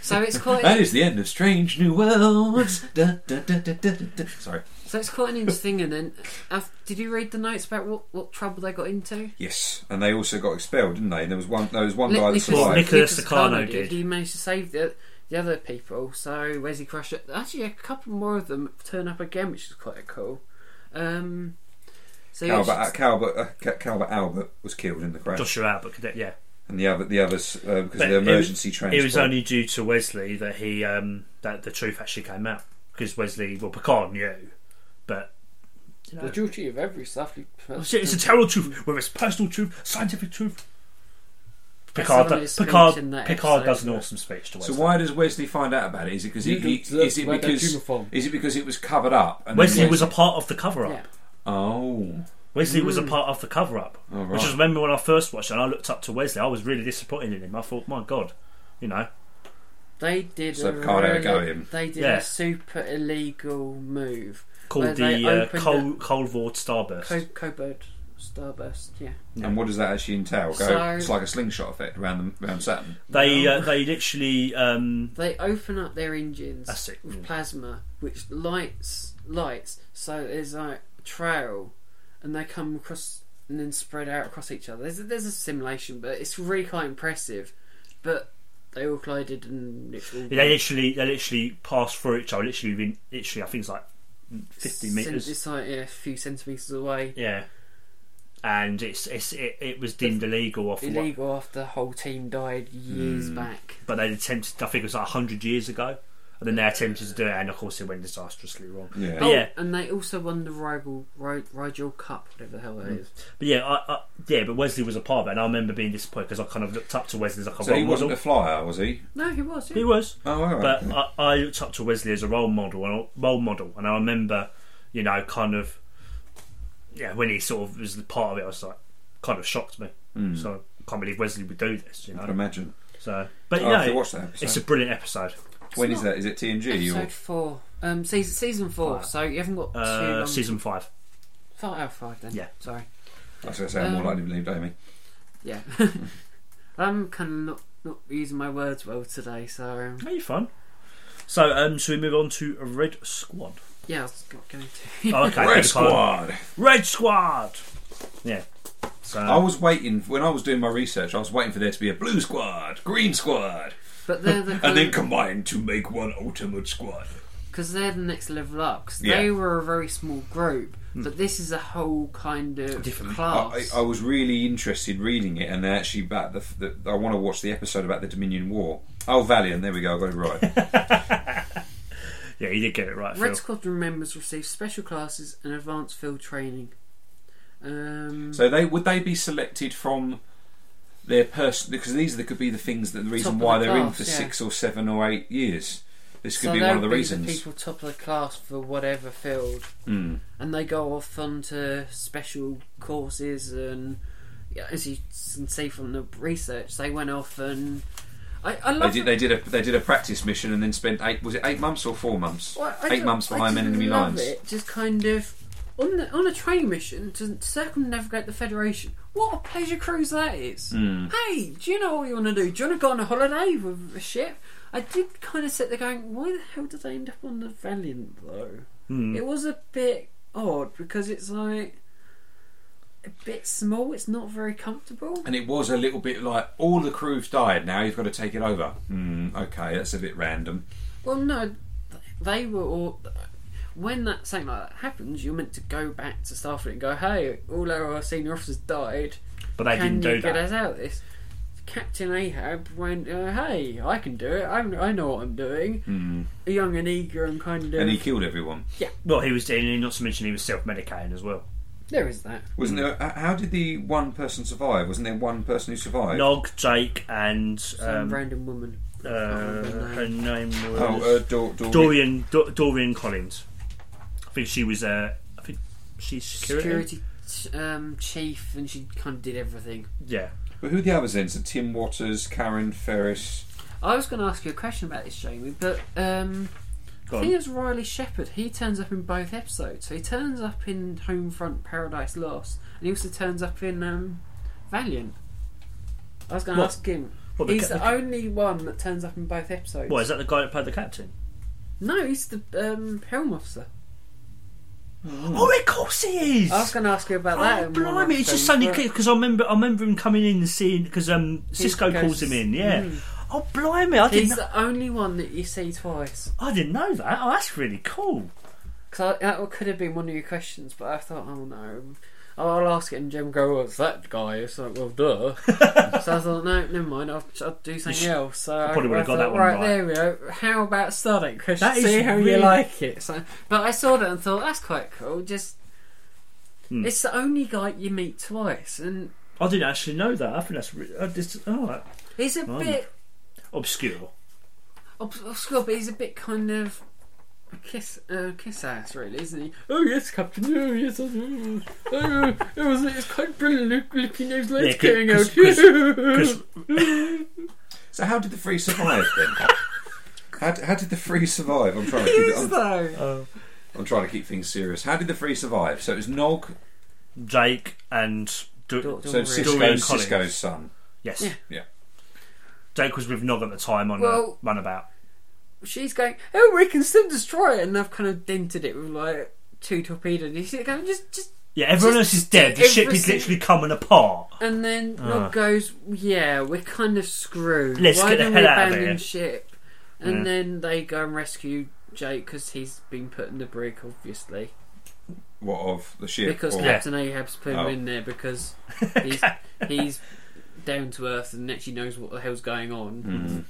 So it's quite
that is the end of Strange New Worlds. Da, da, da, da, da, da. Sorry.
so it's quite an interesting. thing. And then, uh, did you read the notes about what, what trouble they got into?
Yes, and they also got expelled, didn't they? And there was one. There was one
Ni-
guy that
Nicholas-
Well,
survived.
Nicholas
Nicholas
Scarno
Carno
did.
He managed to save the the other people. So Wesley Crusher. Actually, a couple more of them turn up again, which is quite cool. Um, so yeah,
Calvert, uh,
just-
Calvert, uh, Ca- Calvert Albert was killed in the crash,
Joshua Albert, cadet, yeah.
and the other, the others, uh, because
But
of the
it-
emergency transport.
It was only due to Wesley that he um, that the truth actually came out because Wesley, well, Picard knew, but you know,
the duty of every Starfleet
it's, Oh, it's a
person.
terrible truth, whether it's personal truth, scientific truth.
That's
Picard,
someone who's
Picard,
speech in that
Picard
episode,
does an
isn't it?
awesome speech to
So
Wesley.
why does Wesley find out about it? Is it because he,
You
he
don't deserve
is
to
it
wear that
because
uniform.
is it because it was covered up? And then
Wesley was a part of the cover up.
Yeah.
oh
Wesley was a part of the cover up,
Oh, right.
which is remember when I first watched it. and I looked up to Wesley. I was really disappointed in him. I thought, my God, you know,
They did.
So
a
Picard had a go at
really-
him.
They did
Yeah.
a super illegal move. Where
called
they
the uh,
opened
Cold, Cold War Starburst.
Co- Cobird Starburst. Yeah.
Yeah.
And what does that actually entail? Go,
So-
it's like a slingshot effect around the, around Saturn.
they uh, they literally um,
They open up their engines
That's it,
with
yeah.
plasma, which lights lights. So there's like a trail, and they come across and then spread out across each other. There's a, there's a simulation, but it's really quite impressive. But they all collided and it all
they literally they literally passed through each other. Literally, within, literally, I think it's like fifty
cent-
meters.
It's like yeah, a few centimeters away.
Yeah, and it's it's it, it was deemed illegal off. what-
Illegal after the whole team died years
Mm.
back.
but they attempted. I think it was like hundred years ago, and then they attempted to do it, and of course it went disastrously wrong.
Yeah.
But yeah,
Oh, and they also won the rival Ri- Rigel Cup, whatever the hell that is.
but yeah, I, I, yeah. But Wesley was a part of it, and I remember being disappointed because I kind of looked up to Wesley as like a
So
role
he wasn't
model.
a flyer, was he?
No, he was. yeah.
he was,
Oh, all right.
but I, I looked up to Wesley as a role model, and I- role model, and I remember, you know, kind of, yeah, when he sort of was part of it, I was like, kind of shocked me.
Hmm.
So I can't believe Wesley would do this, you
I'd
know.
imagine.
So, but
I
you
have to
know,
watch that episode.
it's a brilliant episode.
when is
not-
that? Is it TNG or
Episode four. Um, season season four.
Five.
So you haven't got too
Uh,
long.
season five.
Five out of five then.
Yeah.
Sorry.
I was going to say I'm more
Um,
likely to believe Amy.
Yeah. I'm kind of not, not using my words well today, so um,
Are you fun? So, um, so we move on to Red Squad.
yeah, I was go- going to.
Oh, okay,
Red
beg your pardon.
Squad.
Red Squad. Yeah. So
I was waiting when I was doing my research. I was waiting for there to be a blue squad, green squad,
But they're the
and then combined to make one ultimate squad.
because they're the next level up. 'cause
Yeah. Hmm.
they were a very small group, but this is a whole kind of
Different.
I,
class.
I I was really interested reading it, and they actually about the, the I want to watch the episode about the Dominion War. Oh, Valiant! There we go. I got it right.
yeah, you did get it right, Phil.
Red Squadron members receive special classes and advanced field training. Um,
so they would they be selected from their person because these could be the things that the reason
Top of
why
the
they're in
class,
for
yeah.
six or seven or eight years. This could
so
be
they'll
one of the
be
reasons.
The people top of the class for whatever field.
Mm.
and they go off onto special courses and yeah, as you can see from the research, they went off and I, I
They
love
Oh, did. They did a. They did a practice mission and then spent eight. Was it eight months or four months?
Well, I
eight
ju-
months
I
behind
just
enemy
love
lines.
It. Just kind of on the, on a train mission to circumnavigate the Federation. What a pleasure cruise that is!
Hmm.
Hey, do you know what you want to do? Do you want to go on a holiday with a ship? I did kind of sit there going, why the hell did they end up on the Valiant though?
Hmm.
It was a bit odd because it's like a bit small. It's not very comfortable.
And it was a little bit like all the crew's died. Now you've got to take it over. Hmm, okay, that's a bit random.
Well, no, they were all. When that something like that happens, you're meant to go back to Starfleet and go, "Hey, all our senior officers died.
But they
can
didn't
you
do
get us
that.
out of this?" Captain Ahab went, uh, "Hey, I can do it. I'm, I know what I'm doing."
Hmm.
Young and eager and kind of.
And he killed everyone.
Well, he was doing. Not to mention he was self-medicating as well.
there is that.
Wasn't there? h- How did the one person survive? Wasn't there one person who survived?
Nog, Jake, and
Some
um,
random woman. I
uh,
can't remember her
her
name.
name was
Oh, uh, Dor- Dor-
Dorian Do- Dorian Collins. I think she was. Uh, I think she's security.
Security um, chief, and she kind of did everything.
Yeah.
But who are the others then? So Tim Waters, Karen Ferris.
I was going to ask you a question about this, Jamie, but um,
Go
I think
on.
it's Riley Shepard. He turns up in both episodes. So he turns up in Homefront Paradise Lost, and he also turns up in um, Valiant. I was going to
What?
ask him.
What, the
he's
ca-
the,
the ca-
only one that turns up in both episodes.
What is that? The guy that played the captain?
No, he's the um, helm officer.
Oh, of course he is.
I was going to ask you about that.
Oh,
in one of my
blimey! It's just
things,
suddenly
but-
clear because I remember I remember him coming in and seeing because um, Cisco
goes-
calls him in. Yeah.
Mm.
Oh, blimey! I didn't.
He's
Know,
the only one that you see twice.
I didn't know that. Oh, that's really cool.
Because that could have been one of your questions, but I thought, oh no. I'll ask it, and Jim go, well, it's that guy. It's like, well, duh. so I thought, no, never mind. I'll, I'll do something
should-
else. So I
probably would've got that
thought,
one right.
There we go. How about Sonic? Because
That is
see how you
really-
like it. So, but I saw that and thought that's quite cool. Just
Hmm.
it's the only guy you meet twice, and
I didn't actually know that. I think that's re- I just, oh, that-
he's a
Blimey.
bit
obscure.
obs- obscure, but he's a bit kind of. Kiss, uh, kiss ass, really, isn't he? Oh yes, Captain. Oh yes, I do. Oh, it was. It's quite brilliant. Look, look, he knows loads
Yeah, 'cause-
going out.
'cause-
Mm.
'cause-
So how did the three survive then? How, d- how did the three survive? I'm trying to
he
keep
is
it, I'm,
though.
Uh,
I'm trying to keep things serious. How did the three survive? So it was Nog,
Jake and Du-
Dor-
so
Dorian
Dorian.
Cisco's,
Collins.
Cisco's son.
yes,
Yeah.
Yeah.
Jake was with Nog at the time on
Well-
a runabout.
she's going, oh, we can still destroy it, and I've kind of dented it with like two torpedoes. And she's going, just, just,
Yeah, everyone
Just
else is dead. The ship is
everything-
literally coming apart.
and then Rob
Ah.
goes, yeah, we're kind of screwed.
Let's
Why
get the
don't
hell
we
out of
abandon
here."
ship? And
Yeah.
then they go and rescue Jake because he's been put in the brig, obviously,
What of the ship?
because
or-
Yeah.
Captain Ahab's put him
Oh.
in there because he's he's down to earth and actually knows what the hell's going on.
Mhm.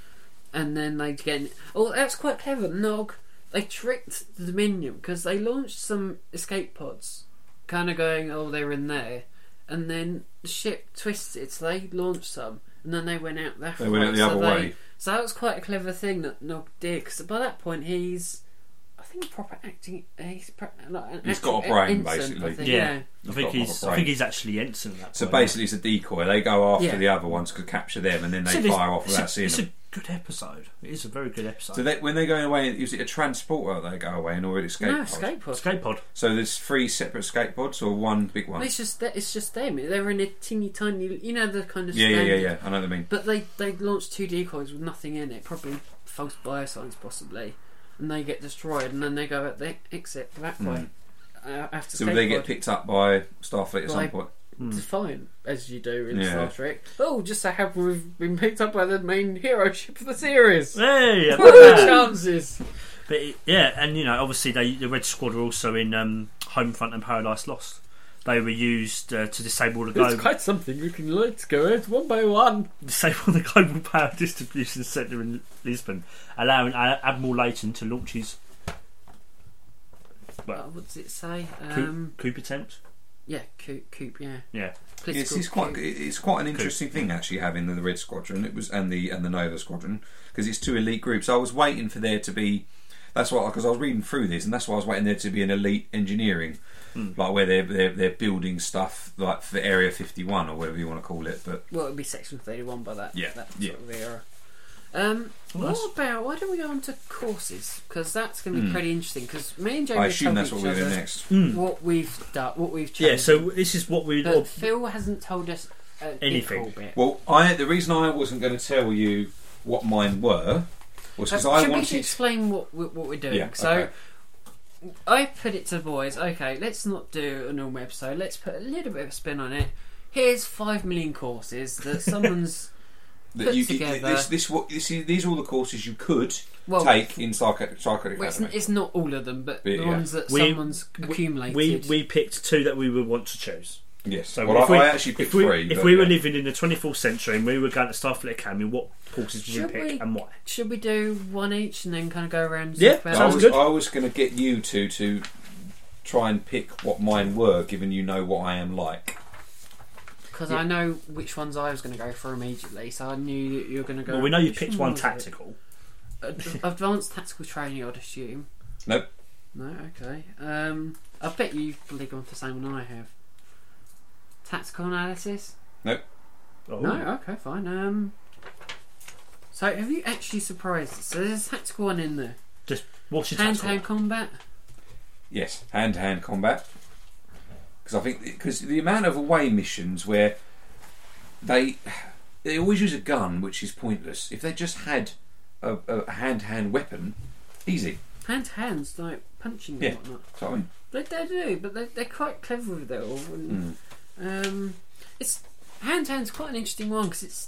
and then they get. Oh, that's quite clever. Nog, they tricked the Dominion because they launched some escape pods, kind of going, oh, they're in there, and then the ship twisted, so they launched some, and then they went out that
They went out
way,
the
so
other
they-
way.
So that was quite a clever thing that Nog did. Because by that point, he's, I think, proper acting. He's pro- like an
He's
actual
got a brain,
ensign, I
basically.
think,
Yeah, I
He's
think
got a
he's.
proper
I think
brain.
he's actually ensign at that.
So
point.
basically, it's a decoy. They go after
Yeah.
the other ones to capture them, and then they
So this-
fire off without
it's, a-
seeing
it's
them.
a good episode. It is a very good episode.
So they, when they're going away, is it a transporter they go away in or an escape
No
pod?
escape pod.
Escape pod.
So there's three separate escape pods or one big one?
It's just that it's just them. They're in a teeny tiny, you know, the kind of
Yeah, yeah, yeah,
standard
yeah. I know what I mean.
But they they launched two decoys with nothing in it, probably false biosigns possibly, and they get destroyed, and then they go out the exit that way. Uh, after
Hmm. So they get
Skateboard.
picked up by Starfleet at some
Like-
point.
Defiant, as you do in
Yeah.
Star Trek. Oh, just so happen we've been picked up by the main hero ship of the series.
Hey, I like
What are the
that.
chances?
but it- yeah, and you know, obviously, they, the Red Squad were also in um, Homefront and Paradise Lost. They were used uh, to disable the
It's
global
quite something. We can let's go out one by one.
disable the global power distribution centre in Lisbon, allowing uh, Admiral Leighton to launch his
Uh, what does it say?
coup,
Um,
coup attempt.
yeah, coup, coup, yeah,
Yeah,
It's,
political.
it's quite
coup.
it's quite an interesting thing actually having the Red Squadron. It was and the and the Nova Squadron because it's two elite groups. I was waiting for there to be That's why because I was reading through this, and that's why I was waiting there to be an elite engineering,
Mm.
like where they're, they're they're building stuff like for Area 51 or whatever you want to call it. But
Well, it'd be section thirty-one by that.
Yeah,
that sort
yeah.
of era. Um,
Well, that's-
what about? Why don't we go on to courses? Because that's going to be
Hmm.
pretty interesting. Because me and Jamie
I
have
assume
told
that's what
each
we're
other
doing next. Hmm.
Mm.
What we've done, what we've chosen.
Um,
Yeah, so this is what we.
but
Or,
Phil hasn't told us an
Anything.
equal bit.
Well, I the reason I wasn't going to tell you what mine were was because
Uh,
I
should we should
wanted.
explain what we- what we're doing?
Yeah,
so
okay.
I put it to the boys. Okay, let's not do a normal episode. Let's put a little bit of a spin on it. Here's five million courses that someone's
that
put
you could-
together-
this this what this is, these are all the courses you could
well.
take in psychiatric psychiatric
well, it's,
academy.
it's not all of them, but
Yeah,
the
yeah.
ones that
We-
someone's accumulated.
we we picked two that we would want to choose.
yes.
So
well, I,
if we,
I actually picked
if we,
three.
If
but
we were
yeah.
living in the 24th century and we were going to Starfleet Academy, what courses would we
Should
pick
we-
and why?
Should we do one each and then kind of go around? and
Yeah,
talk about
I
sounds
was,
good.
I was going to get you two to try and pick what mine were, given you know what I am like.
Because I know which ones I was going to go for immediately, so I knew that you were going to go.
Well, we know you
which
picked one
was it?
tactical.
Ad- Advanced tactical training, I'd assume.
Nope.
No, okay. Um, I bet you've probably gone for the same one I have. Tactical analysis?
Oh,
No, okay, fine. Um, so have you actually surprised? us? So there's a tactical one in there.
What's your
Hand to
tactical?
hand combat.
Yes, hand to hand combat. Because I think because the amount of away missions where they they always use a gun, which is pointless. If they just had a, a hand to hand weapon, easy.
Hand to hands, like punching
Yeah.
and whatnot.
So I mean,
They, they do, but they, they're quite clever with it all. And,
Hmm.
Um, it's hand to hand's quite an interesting one because it's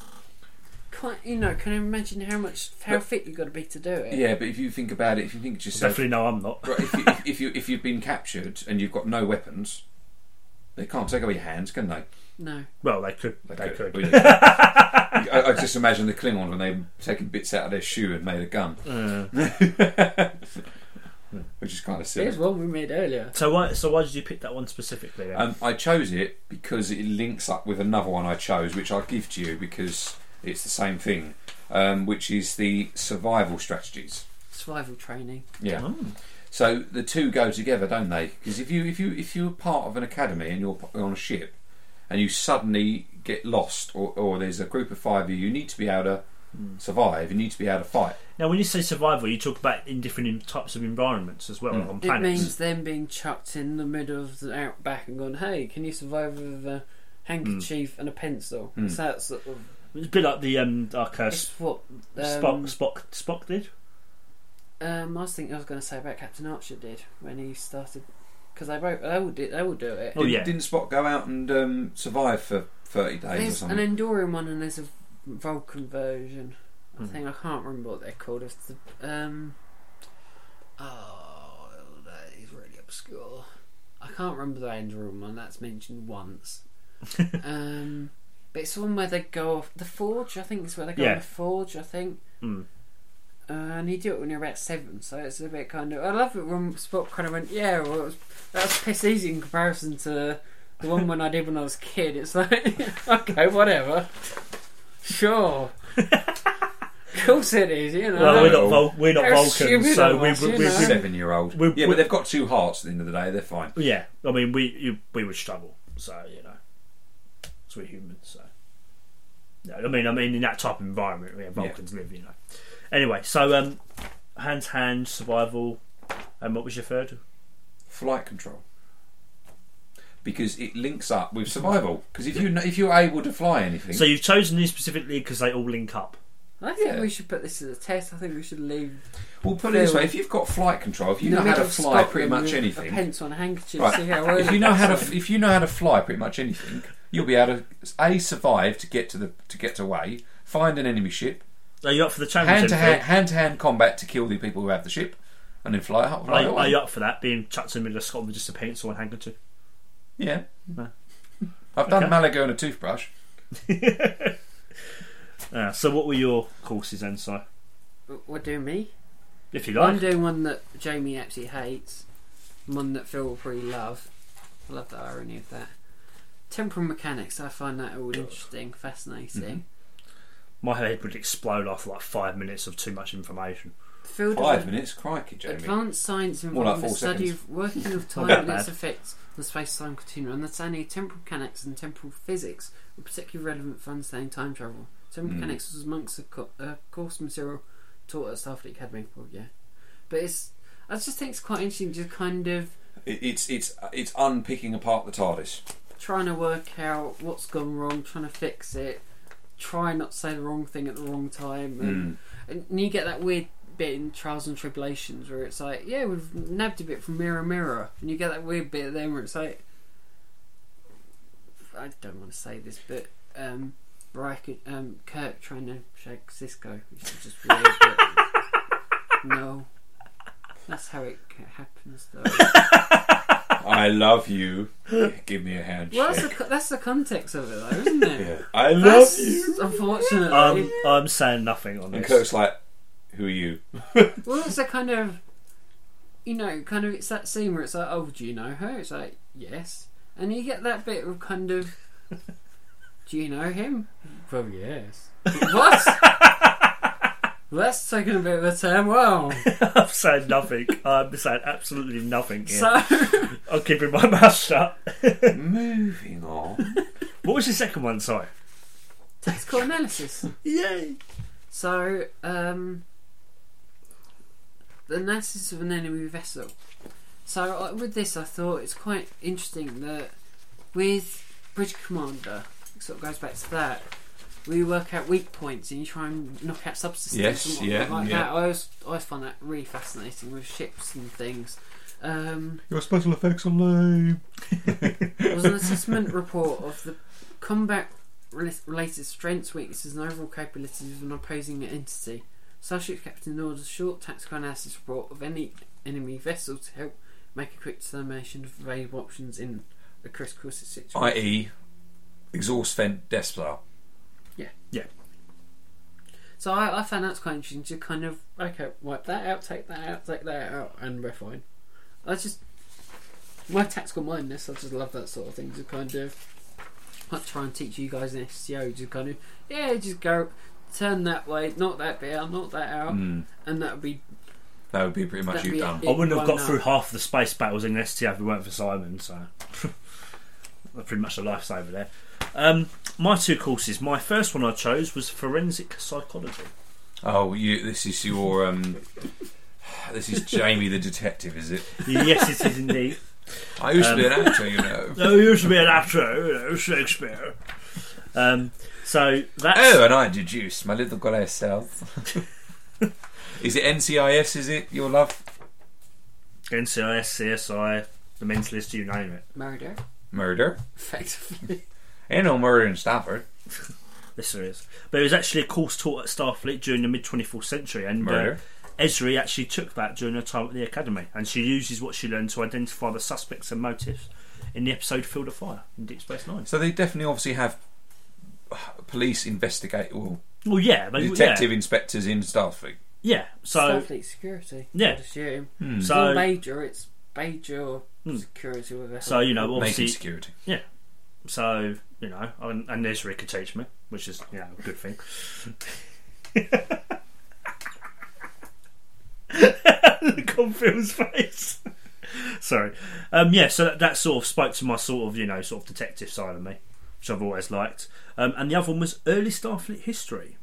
quite you know. Can I imagine how much how
But-
fit you've got to be to do it?
yeah. But if you think about it, if you think to yourself,
Definitely no, I'm not.
right, if, you, if, if you if you've been captured and you've got no weapons, they can't take away your hands, can they?
No.
Well, they could. They
Okay.
could.
Well, yeah. I, I just imagine the Klingons when they taken bits out of their shoe and made a gun,
Uh,
which is kind of silly.
There's one we made earlier.
so why? So why did you pick that one specifically? Then?
Um, I chose it because it links up with another one I chose, which I'll give to you because it's the same thing, um, which is the survival strategies.
Survival training.
Yeah.
Oh.
So the two go together, don't they? Because if you if you if you're part of an academy and you're p- on a ship, and you suddenly get lost, or, or there's a group of five of you, you need to be able to
Hmm.
survive. You need to be able to fight.
Now, when you say survival, you talk about in different in- types of environments as well
Mm.
on
It
planets.
means them being chucked in the middle of the outback and gone, hey, can you survive with
Hmm.
a handkerchief and a pencil?
Mm.
So that's sort of,
it's a bit like the um, like uh,
it's what um,
Spock, Spock, Spock did.
Um, I was thinking I was going to say about Captain Archer did when he started because they both they all did they all do it.
Oh,
didn't,
yeah.
didn't Spot go out and um, survive for thirty days or
There's an
something?
Endorian one and there's a Vulcan version. I
Hmm.
Mm.
think I can't remember what they're called. It's the um. Oh, that is really obscure. I can't remember the Endorian one. That's mentioned once. um, but it's the one where they go off the forge. I think is where they go
Yeah.
off the forge. I think.
Hmm.
Mm.
Uh, and he did it when he was about seven, so it's a bit kind of. I love it when Spock kind of went, yeah, well, it was, that was piss easy in comparison to the one when I did when I was a kid. It's like, okay, whatever. Sure. of course it is, you know.
Well, we're not
no.
Vul- we're not
They're
Vulcans,
stupid
so
of
we,
us,
we,
you
we,
know.
we-
Seven-year-old.
we-
yeah,
we-
but they've got two hearts. At the end of the day, they're fine.
Yeah, I mean, we you, we would struggle, so you know, 'cause we're humans. So, no, I mean, I mean, in that type of environment, we have
Yeah.
Vulcans live, you know. Anyway, so um, hand to hand survival, and what was your third?
Flight control. Because it links up with survival. Because if you kn- if you're able to fly anything,
So you've chosen these specifically because they all link up.
I think
Yeah.
we should put this as a test. I think we should leave.
we'll put it this way: if you've got flight control, if you
the
know how
middle
to
of
fly
Scotland
pretty
with
much
A
anything,
pencil and a handkerchief.
Right.
See how
if you know how to if you know how to fly pretty much anything, you'll be able to a survive to get to the to get away, find an enemy ship,
Are you up for the challenge?
hand to
then,
hand hand to hand combat to kill the people who have the ship, and then fly out.
Phil? Are,
Fly
you-
away.
are you up for that? Being chucked in the middle of Scotland with just a pencil and handkerchief.
Yeah.
No.
I've done
Okay.
Malaga and a toothbrush.
Uh, so what were your courses then, Si?
What do me?
If you
I'm
like.
doing one that Jamie actually hates, and one that Phil will probably love. I love the irony of that. Temporal mechanics, I find that all interesting, fascinating.
Mm-hmm.
My head would explode after like five minutes of too much information.
Field of
Five minutes, crikey, Jamie.
Advanced science
More like
involving the
four
study
seconds.
of working of time
that
and its
bad.
effects on the space-time continuum, understanding temporal mechanics and temporal physics were particularly relevant for understanding time travel. Temporal
Mm.
mechanics was amongst the co- uh, course material taught at Starfleet Academy. Well, yeah, but it's I just think it's quite interesting, just kind of
It, it's it's it's unpicking apart the TARDIS.
trying to work out what's gone wrong, trying to fix it, try not to say the wrong thing at the wrong time, and, and you get that weird bit in Trials and Tribulations where it's like, yeah, we've nabbed a bit from Mirror Mirror, and you get that weird bit then where it's like, I don't want to say this, but um, Riker, um, Kirk trying to shake Cisco, which is just weird. but no, that's how it ca- happens though.
I love you. Give me a handshake.
Well, that's the, co- that's the context of it, though, isn't it?
Yeah. I love
That's
you.
unfortunately.
I'm Um, I'm saying nothing on
And
this.
Kirk's like, "Who are you?"
well, it's a kind of, you know, kind of it's that scene where it's like, oh, do you know her? It's like, yes, and you get that bit of kind of, do you know him? Well, yes. what? Well, that's taken a bit of a turn. Well,
I'm saying nothing. I'm saying absolutely nothing. Here.
so
I'm keeping my mouth shut.
Moving on.
What was the second one? Sorry.
tactical analysis.
Yay.
So, um, the analysis of an enemy vessel. So, I- with this, I thought it's quite interesting that with Bridge Commander, it sort of goes back to that. We work out weak points and you try and knock out subsystems
Yes,
and whatnot
yeah,
like
yeah.
that. I always, I always find that really fascinating with ships and things. Um,
Your special effects are lame.
it was an assessment report of the combat rela- related strengths, weaknesses, and overall capabilities of an opposing entity. Starship Captain ordered a short tactical analysis report of any enemy vessel to help make a quick determination of available options in a critical situation.
I.e., E. exhaust vent death star.
So I, I found that's quite interesting to kind of okay, wipe that out, take that out, take that out, and we're fine. I just my tactical mindness, I just love that sort of thing to kind of like try and teach you guys in SEO to kind of yeah, just go turn that way, knock that bit out, knock that out,
Hmm.
Mm.
and that would be
That would be pretty much
That'd be
you done.
I wouldn't have
Why
got
not?
through half the space battles in STF if it weren't for Simon, so that's pretty much a lifesaver there. Um, my two courses. My first one I chose was forensic psychology.
Oh, you. This is your. um This is Jamie the detective, is it?
yes, it is indeed.
I used to be an actor, you know.
Um,
Oh,
No, you used to be an actor, you know, Shakespeare. Um, so that's
Oh, and I deduced my little grey self. is it NCIS? Is it your love?
NCIS, CSI, The Mentalist, you name it.
murder,
Murder.
effectively.
Ain't no murder in Stafford.
This there is. But it was actually a course taught at Starfleet during the mid 24th century, and uh,
Murder.
Esri actually took that during her time at the academy, and she uses what she learned to identify the suspects and motives in the episode Field of Fire in Deep Space Nine.
So they definitely obviously have uh, police investigate well
Well, yeah, they,
detective inspectors in Starfleet.
Yeah, yeah. So,
Starfleet security.
Yeah. Hmm.
I'd assume. It's not
so,
major, it's major
Hmm.
security with a
so you know,
Making
Oh, obviously,
security.
so you know, and, and Esri could teach me, which is you know a good thing. Look on Phil's face. Sorry. Um, yeah, so that, that sort of spoke to my sort of, you know, sort of detective side of me, which I've always liked. Um, and the other one was early Starfleet history,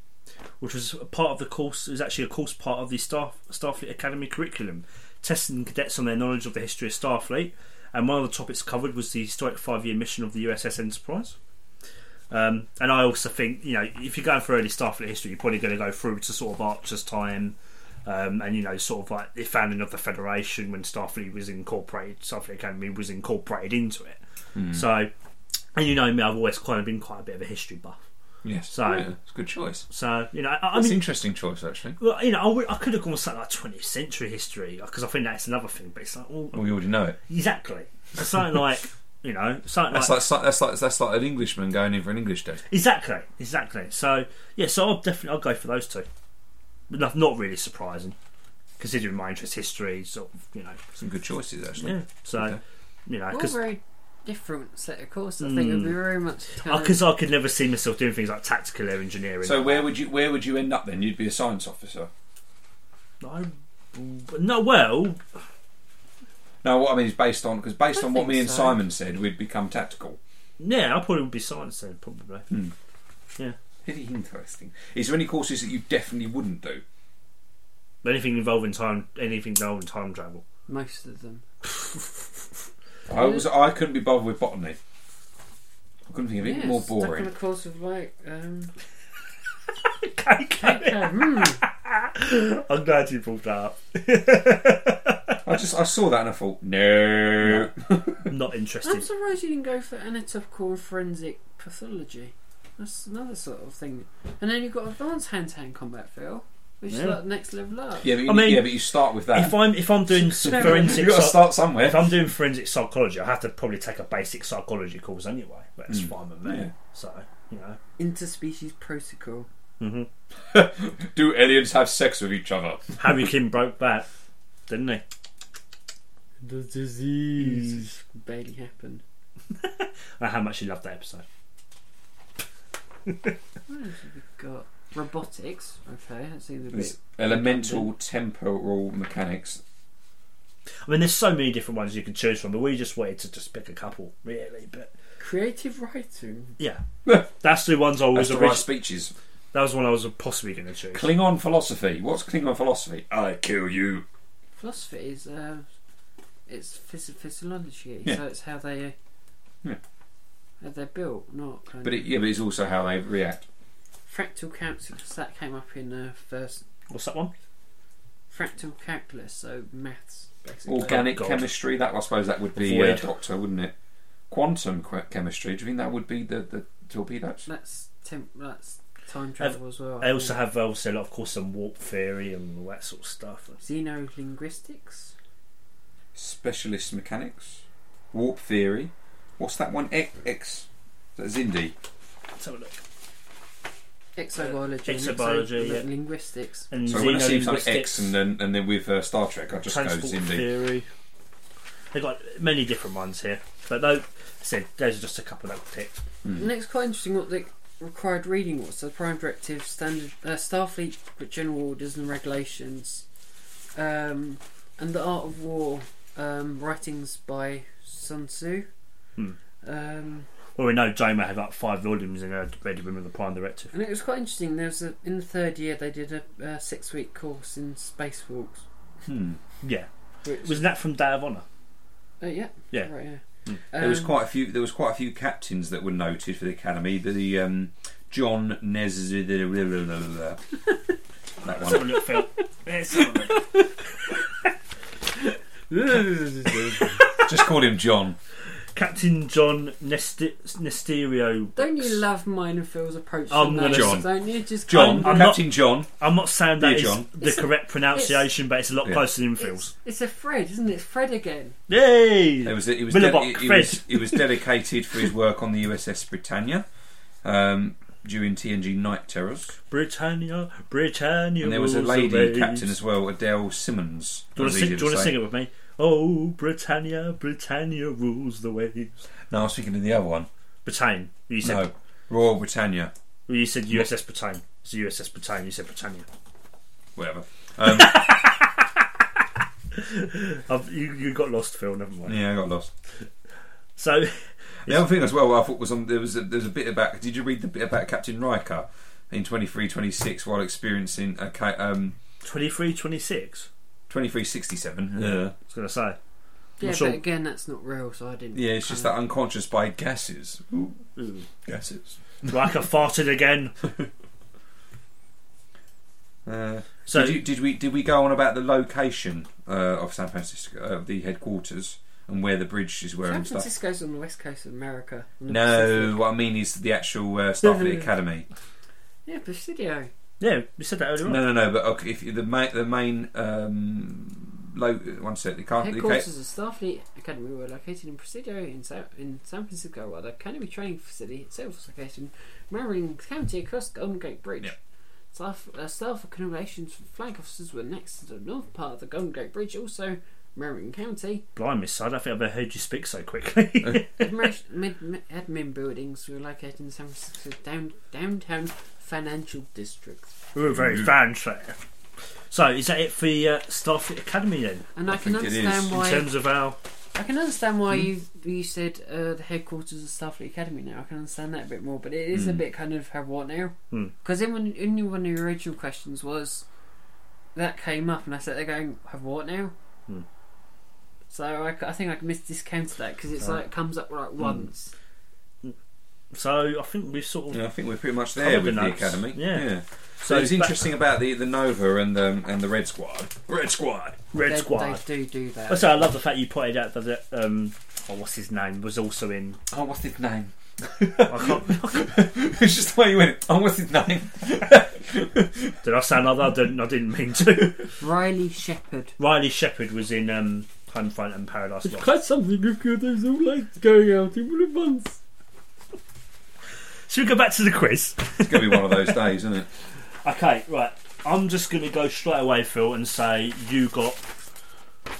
which was a part of the course, it was actually a course part of the Star, Starfleet Academy curriculum, testing cadets on their knowledge of the history of Starfleet. And one of the topics covered was the historic five year mission of the USS Enterprise. Um, and I also think, you know, if you're going for early Starfleet history, you're probably going to go through to sort of Archer's time, um, and you know, sort of like the founding of the Federation when Starfleet was incorporated, Starfleet Academy was incorporated into it. So, and you know me, I've always kind of been quite a bit of a history buff.
Yes,
So-
yeah, it's a good choice.
So, you know, I, I
It's
mean,
an interesting choice actually.
well, you know, I, would, I could have gone with something like 20th century history because I think that's another thing. But it's like, well,
Well, you already know it.
exactly, something like, you know, something
That's
like,
like, that's like that's like an Englishman going in for an English test.
exactly, exactly. So, yeah, so I'll definitely I'll go for those two. But Not, not really surprising, considering my interest history, sort of, you know,
Some good choices actually.
yeah. So,
Okay.
you know,
All
because
very different set of courses. I
Hmm.
think it'd be very much. kind of-
because I could never see myself doing things like tactical engineering.
So where would you where would you end up then? You'd be a science officer.
I, no, well,
No, what I mean is based on because based
I
on what
think
me and
so.
Simon said, we'd become tactical.
yeah, I probably would be science then, probably.
Hmm. Pretty interesting. Is there any courses that you definitely wouldn't do?
Anything involving time, anything involving time travel.
Most of them.
I was I couldn't be bothered with botany. I couldn't think of anything more
Stuck on
boring.
a course of like. Um,
Okay, okay.
hmm,
I'm glad you brought that up.
I just I saw that and I thought no.
I'm not
I'm
interested.
surprised you didn't go for anatomical and forensic pathology. That's another sort of thing. And then you've got advanced hand-to-hand combat, Phil, which is
Yeah.
like the next level up.
Yeah, but you,
I mean,
yeah, but you start with that.
If I'm if I'm doing
you
forensic,
got to
psych-
start somewhere.
if I'm doing forensic psychology, I have to probably take a basic psychology course anyway. But it's fine with me.
Mm. Yeah.
So you know,
Interspecies protocol.
Do aliens have sex with each other?
Harry Kim broke that, didn't he?
The disease barely happened.
I Uh, how much you loved that episode.
What else have we got? Robotics. Okay, that seems a bit.
There's elemental temporal mechanics.
I mean, there's so many different ones you can choose from, but we just wanted to just pick a couple, really. But
Creative writing.
yeah, that's the ones I
That's
was
to write
orig-
speeches.
that was the one I was possibly going to choose.
Klingon philosophy. What's Klingon philosophy? I kill you.
Philosophy is uh, it's phys- physiology,
Yeah.
so it's how they. uh,
Yeah.
How they're built, not kind
But
of.
it, yeah, but it's also how they react.
fractal calculus that came up in uh, first
What's that one?
fractal calculus, so maths basically.
Organic
God.
chemistry. That I suppose that would be uh,
Void.
Doctor, wouldn't it? Quantum qu- chemistry. Do you think that would be the the torpedoes?
That's temp- that's time travel as well.
I also have also a lot of course some warp theory and all that sort of stuff.
xeno linguistics.
Specialist mechanics. Warp theory. What's that one? X. X. That's Indy.
Let's have a look.
Exobiology, and
exobiology,
exo-
yeah.
linguistics.
And
So when I see something
xenolinguistics,
X and then and then with uh, Star Trek, I just go
transport
Zindi.
theory. They've got many different ones here, but though I said those are just a couple that I picked.
And it's quite interesting what the required reading was. So the Prime Directive, Standard uh, Starfleet General Orders and Regulations, um, and the Art of War um, writings by Sun Tzu.
Hmm.
Um,
Well, we know Joma had like five volumes in her Red Room of the Prime Directive.
And it was quite interesting. There was a, in the third year they did a, a six-week course in spacewalks.
Hmm.
Yeah,
Which,
wasn't that from Day of Honor?
uh, yeah,
Yeah.
right, yeah.
Mm.
Um,
There Hmm. was quite a few. There was quite a few captains that were noted for the academy. The um, John Nez. that
Let's have
one.
a look, Phil. Let's have a look.
Just call him John.
Captain John Nesti- Nesterio.
Don't you love mine and Phil's approach? to
I'm
names,
gonna-
John.
Don't you just
John.
I'm
Captain John.
I'm not saying that
Dear
is
John.
the
It's a-
correct pronunciation, but it's a lot
Yeah.
closer than
It's,
Phil's.
it's a Fred, isn't it? It's Fred again.
Yay!
It was. It was.
Willebok,
it, it
Fred.
was it was dedicated for his work on the USS Britannia um, during TNG Night Terrors.
Britannia, Britannia.
And there was a
rules
lady
the waves.
captain as well, Adele Simmons.
Do you want
was
to sing, do
easy
you wanna
say.
sing it with me? Oh, Britannia, Britannia rules the waves.
No, I was thinking of the other one.
Britain. You said
No, Royal Britannia.
well, you said USS Britain. It's USS Britain. You said Britannia.
Whatever. Um,
I've, you, you got lost, Phil. Never mind.
yeah, I got lost.
So
The other thing as well, I thought was on there was a, there was a bit about. Did you read the bit about Captain Riker in 23, 26 while experiencing a ca- um,
23, 26.
twenty three sixty seven? Yeah,
I was going to say.
Yeah,
sure.
but again, that's not real, so I didn't.
yeah. It's just that unconscious by gases. Ooh,
Ooh.
gases.
Riker farted again.
Uh,
So
did, you, did we did we go on about the location uh, of San Francisco, uh, the headquarters, and where the bridge is, where
San
and stuff?
Francisco's on the west coast of America. on the
No,
Pacific.
what I mean is the actual uh, Starfleet Academy.
Yeah, Presidio.
yeah, we said that earlier on.
No, no, no. But okay, if you- the main, the main, um, lo- one sec. The car, the ca-
Headquarters of Starfleet Academy were located in Presidio in San, in San Francisco, while the Academy training facility itself was located in Marin County across Golden Gate Bridge.
Yep.
Staff, uh, staff accommodations for flag officers were next to the north part of the Golden Gate Bridge, also Marin County.
Blimey, son, I don't think I've ever heard you speak so quickly.
Admiration- mid, mid, admin buildings were located in San Francisco's down, downtown financial district.
we were very
Mhm.
fancy. So is that it for uh, Starfleet Academy then?
And I,
I
can
think it is.
understand
In
In
why.
terms of our
I can understand why
Hmm.
you you said uh, the headquarters of Starfleet Academy now. I can understand that a bit more, but it is a bit kind of how what now?
Hmm.
Because in, one- in one of the original questions was that came up, and I said they're going have what now?
Hmm.
So I, c- I think I can misdiscount that because it's
Right. Hmm.
like comes up like once.
so I think we've sort of
Yeah, I think we're pretty much
Covered
there
the
with the
notes.
academy.
Yeah.
So
So
it's
back-
interesting about the, the Nova and um, and the Red Squad. Red Squad.
Red
they,
Squad.
They do do that.
Also, I love the fact you pointed out that um, oh, what's his name was also in.
Oh, what's his name?
I can't,
it's just the way you went. Oh, what's his name?
did I sound like that? I didn't, I didn't mean to.
Riley Shepard.
Riley Shepard was in um, Homefront and Paradise Lost.
quite something if there's all lights going out all at once.
Should we go back to the quiz?
It's gonna be one of those days, isn't it?
Okay, right. I'm just going to go straight away, Phil, and say you got.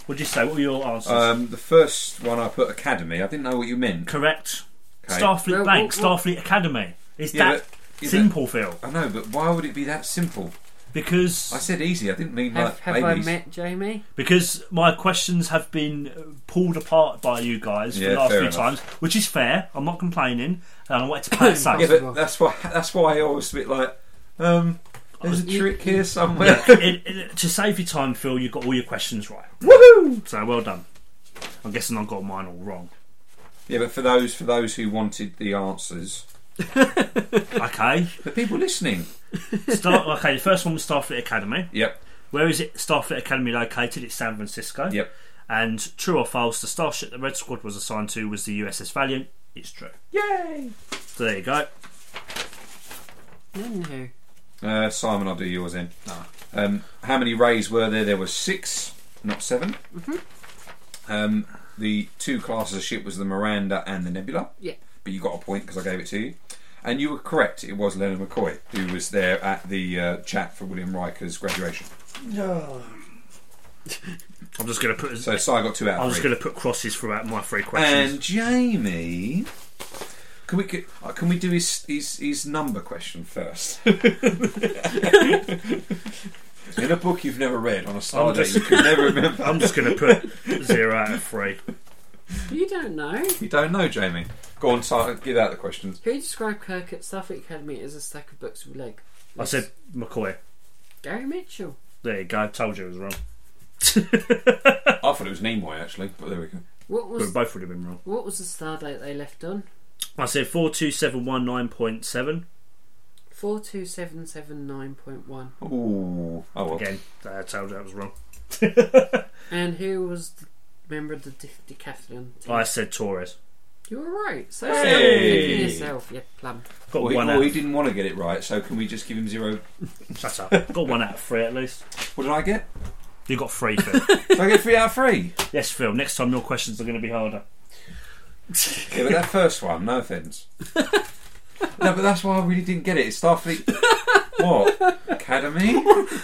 What did you say? What were your answers?
Um, the first one I put academy. I didn't know what you meant.
Correct.
Okay.
Starfleet
Well,
Bank,
well, well-
Starfleet Academy. Is
Yeah,
that
but- is
simple, Phil?
I know, but why would it be that simple?
Because
I said easy. I didn't mean
Have,
like
have I
babies.
met Jamie?
because my questions have been pulled apart by you guys for
Yeah,
the last
fair
few
enough.
times, which is fair. I'm not complaining, and I wanted to play it
Yeah,
safe.
but that's why. That's why I always a bit like. Um, there's a
You-
trick here somewhere.
Look, it, it, to save you time, Phil, you got all your questions right.
Woohoo!
So well done. I'm guessing I got mine all wrong.
Yeah, but for those for those who wanted the answers,
Okay.
the people listening.
Start, okay, the first one was Starfleet Academy.
Yep,
Where is it? Starfleet Academy located? It's San Francisco.
yep.
And true or false, the starship the Red Squad was assigned to was the USS Valiant. It's true.
Yay!
So there you go.
No, no.
Uh, Simon, I'll do yours then. Um, how many rays were there? There were six, not 7 Um, the two classes of ship was the Miranda and the Nebula.
Yeah.
But you got a point because I gave it to you. And you were correct. It was Leonard McCoy who was there at the uh, chat for William Riker's graduation.
I'm just going to put.
So Si got two out.
I'm
Of
just
three.
going to put crosses throughout my three questions.
And Jamie, can we can, uh, can we do his his, his number question first? In a book you've never read on a star
I'm
that
Oh, just-
you could never remember.
I'm just going to put zero out of three.
You don't know.
You don't know, Jamie. Go on, Si, give out the questions.
Who described Kirk at Starfleet Academy as a stack of books with leg?
I
Yes.
said McCoy.
Gary Mitchell.
There you go. Told you it was wrong.
I thought it was Nimoy actually, but there we go.
What
But
was
both would have been wrong.
what was the star date they left on?
I said four two seven one nine point seven.
Four two seven seven nine point one.
Ooh, oh well.
Again, I told you that was wrong.
And who was the member of the de- decathlon team?
I said Torres.
You were right. So
Hey!
self picking yourself, you plum.
Got
Well, Oh, he,
one
well,
out.
he didn't want to get it right, so can we just give him zero?
Shut up. Got one out of three at least.
What did I get?
You got three, Phil.
Did I get three out of three?
yes, Phil. Next time your questions are going to be harder.
Yeah, but that first one, no offence. No, but that's why I really didn't get it. It's Starfleet. What? Academy?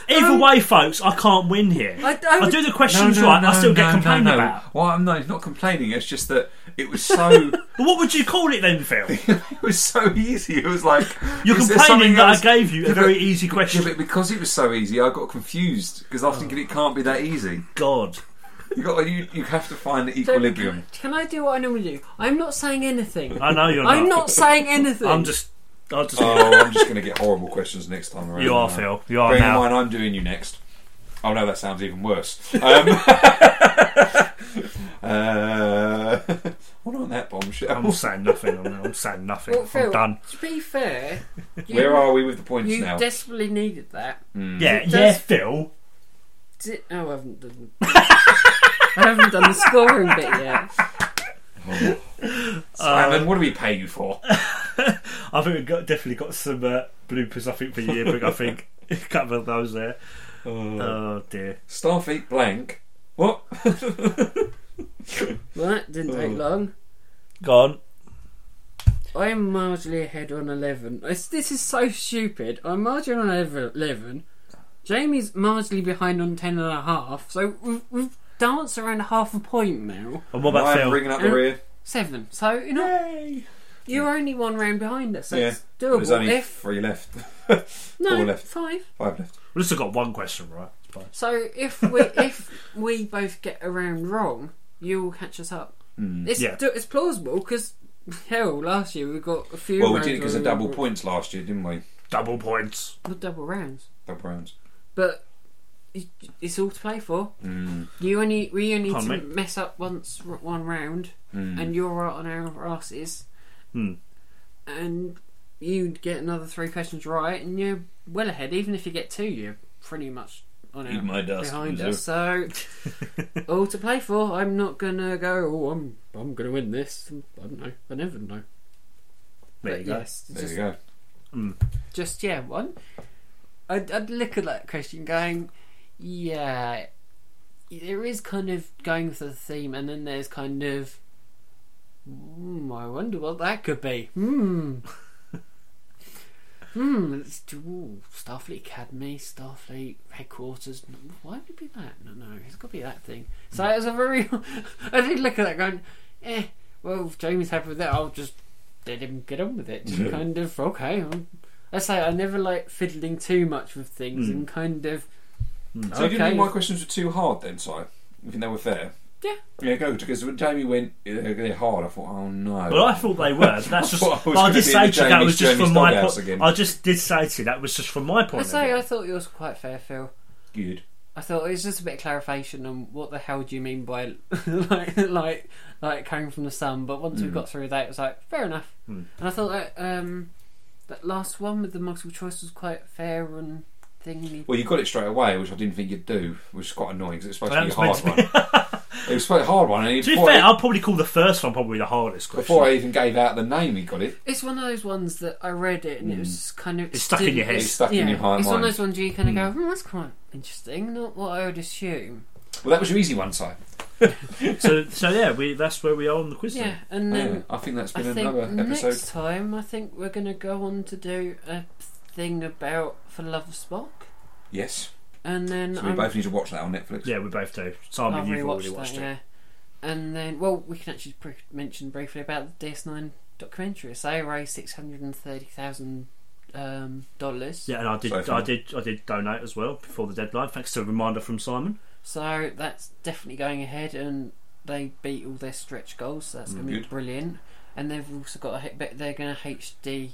Either way, folks, I can't win here.
Um, I-
I,
I would-
do the questions right. I still get complained about.
Well, I'm not, not complaining. It's just that it was so
But what would you call it then, Phil?
it was so easy. It was like
You're
is there
complaining
something
that
else?
I gave you a
Yeah, but-
very easy
Yeah,
question.
but because it was so easy, I got confused because
Oh.
I was thinking it can't be that easy.
God.
You got you, you have to find the equilibrium.
Can I do what I normally do? I'm not saying anything.
I know you're not.
I'm not saying anything.
I'm just. I'll just.
Oh, I'm just going to get horrible questions next time around.
you are,
aren't I?
Phil. You are
Bearing
Oh, now.
in mind, I'm doing you next. Oh no, that sounds even worse. Um, uh, what on that
I'm
bombshell?
saying nothing. I'm, I'm saying nothing.
Well, Phil,
I'm done.
To be fair, you,
Where are we with the points
you
now?
desperately needed that.
Yeah,
It
yeah,
does-
Phil.
Di- oh, I haven't done. I haven't done the scoring bit yet.
Uh,
Simon, what do we pay you for?
I think we've got, definitely got some uh, bloopers. I think for yearbook. I think cover those there. Oh dear.
Starfleet blank. What?
Well, that didn't
Oh.
take long.
Gone.
I'm marginally ahead on eleven. It's, this is so stupid. I'm marginally on elev- eleven. Jamie's marginally behind on ten and a half. So we've, we've danced around half a point now.
And what about
I'm
Phil?
bringing up the
Mm.
rear.
Seven. So you know you're only one round behind us. So
Yeah,
it's doable.
there's only
if
three left.
no
four left.
five.
Five left.
We've still got one question right. It's fine.
So if we if we both get around wrong, you'll catch us up.
Hmm.
It's
Yeah.
do- it's plausible because hell, last year we got a few.
Well, we
rounds
did it because
where
of
we
double
were-
points last year, didn't we?
Double points.
Not double rounds,
Double rounds.
but it- it's all to play for.
Mm.
You only we only need
Pardon
to
me?
mess up once r- one round,
Mm.
and you're right on our asses,
Hmm.
and you get another three questions right, and you're well ahead. Even if you get two, you're pretty much on our
Eat my dust.
behind
loser.
us. So all to play for. I'm not gonna go. Oh, I'm I'm gonna win this. I don't know. I never know.
There
But
you go.
Yes,
There
just,
you go.
just yeah, one. I'd, I'd look at that question going, yeah. There is kind of going for the theme, and then there's kind of. Hmm, I wonder what that could be. Hmm. hmm. It's, ooh, Starfleet Academy, Starfleet headquarters. Why would it be that? No, no, it's got to be that thing. So it was a very. I did look at that going, eh. Well, if Jamie's happy with that. I'll just let him get on with it. Just kind of okay. I'm, I say I never like fiddling too much with things
Hmm.
and kind of.
So you didn't
Okay.
think my questions were too hard then, Si? You think they were fair?
Yeah.
Yeah, go because when Jamie went they're, they're hard, I thought, oh no.
Well, I thought they were. But that's just.
thought I was
but I
gonna
did
be
say
in
to you
the
that was
Jamie's-
just from
Jamie's
my
doghouse
point.
again.
I just did say to you that was just from my
I
point.
say I
of view.
thought yours was quite fair, Phil.
Good.
I thought it was just a bit of clarification on what the hell do you mean by like like like coming from the sun. But once we got through that, it was like fair enough.
Hmm.
And I thought that um, that last one with the multiple choice was quite fair and thingy.
Well, you got it straight away, which I didn't think you'd do, which is quite annoying because it was supposed
That
to be a hard
was
one. it was supposed to be a hard one, and
To be
before,
fair,
I,
I'll probably call the first one probably the hardest question.
before I even gave out the name, he got it.
It's one of those ones that I read it and it was just kind of
Hmm. It's stuck in your head.
It's stuck
yeah,
in your heart
it's one
mind.
of those ones where you kind of go, hmm, that's quite interesting. Not what I would assume.
Well, that was your easy one, Si.
so, so yeah, we that's where we are on the quiz.
Yeah,
then.
and then
Yeah, I think that's
I
been
think
another episode.
next time I think we're gonna go on to do a thing about for love of Spock,
Yes.
and then
So we
I'm-
both need to watch that on Netflix.
Yeah, we both do.
I'll
Simon, you've
rewatch
already watched
that,
it.
Yeah. And then, well, we can actually pre- mention briefly about the DS9 documentary. So they raised six hundred and thirty thousand um, dollars.
Yeah, and I did,
So far.
I did, I did donate as well before the deadline. Thanks to a reminder from Simon.
So that's definitely going ahead, and they beat all their stretch goals. So that's going to be
Mm, Good.
brilliant. And they've also got a hit, but they're going to HD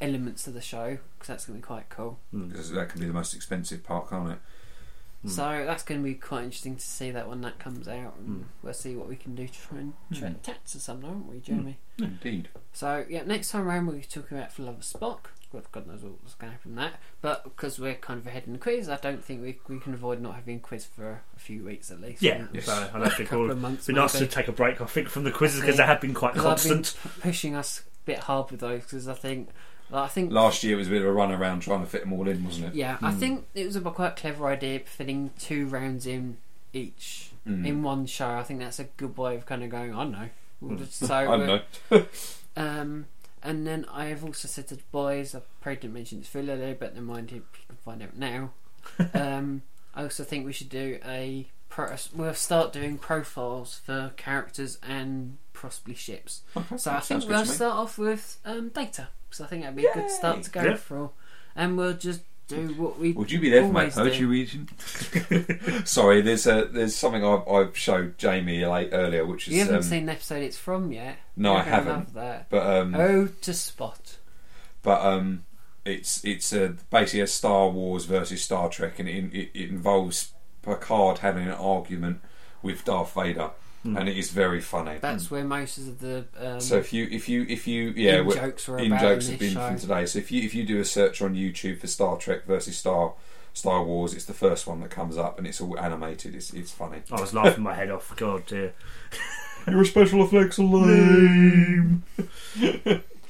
elements of the show because that's going to be quite cool.
Because that can be the most expensive part, can't it?
Hmm.
So that's going to be quite interesting to see that when that comes out.
Hmm.
And We'll see what we can do to try and try and tats or something, aren't we, Jeremy?
Indeed.
So yeah, next time around we'll be talking about For Love of Spock. God, God knows what's going to happen from that. But because we're kind of ahead in the quiz, I don't think we we can avoid not having a quiz for a few weeks at least.
Yeah,
Yes.
so I don't think
Couple
we'll.
of months,
It'd be nice to
maybe.
take a break, I think, from the quizzes because
Yeah.
they have been quite
Because I've been
constant.
p- pushing us a bit hard with those because I think, I think,
Last year it was a bit of a run around trying to fit them all in, wasn't it?
yeah,
Hmm.
I think it was a quite clever idea fitting two rounds in each
Mm. Mm.
in one show. I think that's a good way of kind of going. I don't know. We'll just- So
I don't
we're-
know.
Um, and then I have also said to the boys, I probably didn't mention this fully, earlier, but never mind, you can find out now. um, I also think we should do a. Pro- we'll start doing profiles for characters and possibly ships.
Okay,
So I
sounds
think
good
we'll
to me.
start off with um, data. So I think that'd be a good start to go
Yeah.
for. And we'll just do what we.
Would you be there for my
Always do.
poetry reading? Sorry, there's a, there's something I, I showed Jamie like earlier, which is
You haven't
um,
seen the episode it's from yet.
no,
You're
I
gonna Love
haven't.
that.
But um,
Oh, to spot.
but um, it's it's uh basically a Star Wars versus Star Trek, and it, it, it involves Picard having an argument with Darth Vader, and it is very funny.
That's where most of the. Um,
Mm. So if you if you if you yeah
In
we're-
jokes were
in
about
jokes
in
have
this
been from
show.
today. So if you if you do a search on YouTube for Star Trek versus Star Star Wars, it's the first one that comes up, and it's all animated. It's it's funny.
I was laughing my head off. God, dear.
Your special effects are lame.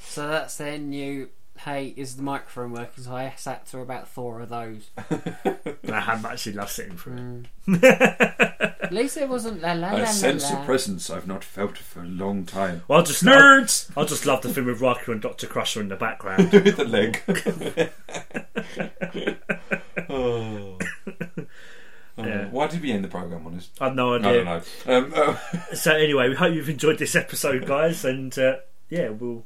So that's their new. Hey, is the microphone working? So I sat through about four of those.
I have actually loved sitting through it.
Mm. At least it wasn't la la la
A
la.
sense of
la.
presence I've not felt for a long time.
Well, I just I,
Nerds
I just love the thing with Riker and Doctor Crusher in the background.
with the leg. oh. Oh,
Yeah.
Why did we end the program on this?
I've no
I don't
idea.
know. Um, uh,
So anyway, we hope you've enjoyed this episode, guys, and uh, yeah, we'll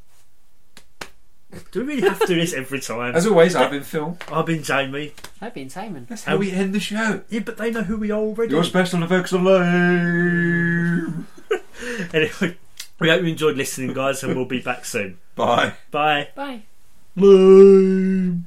Do we really have to do this every time?
As always, I've been Phil.
I've been Jamie.
I've been Simon.
That's how we end the show.
Yeah, but they know who we are already.
Your special effects are lame.
Anyway, we hope you enjoyed listening, guys, and we'll be back soon.
Bye.
Bye.
Bye.
Lame.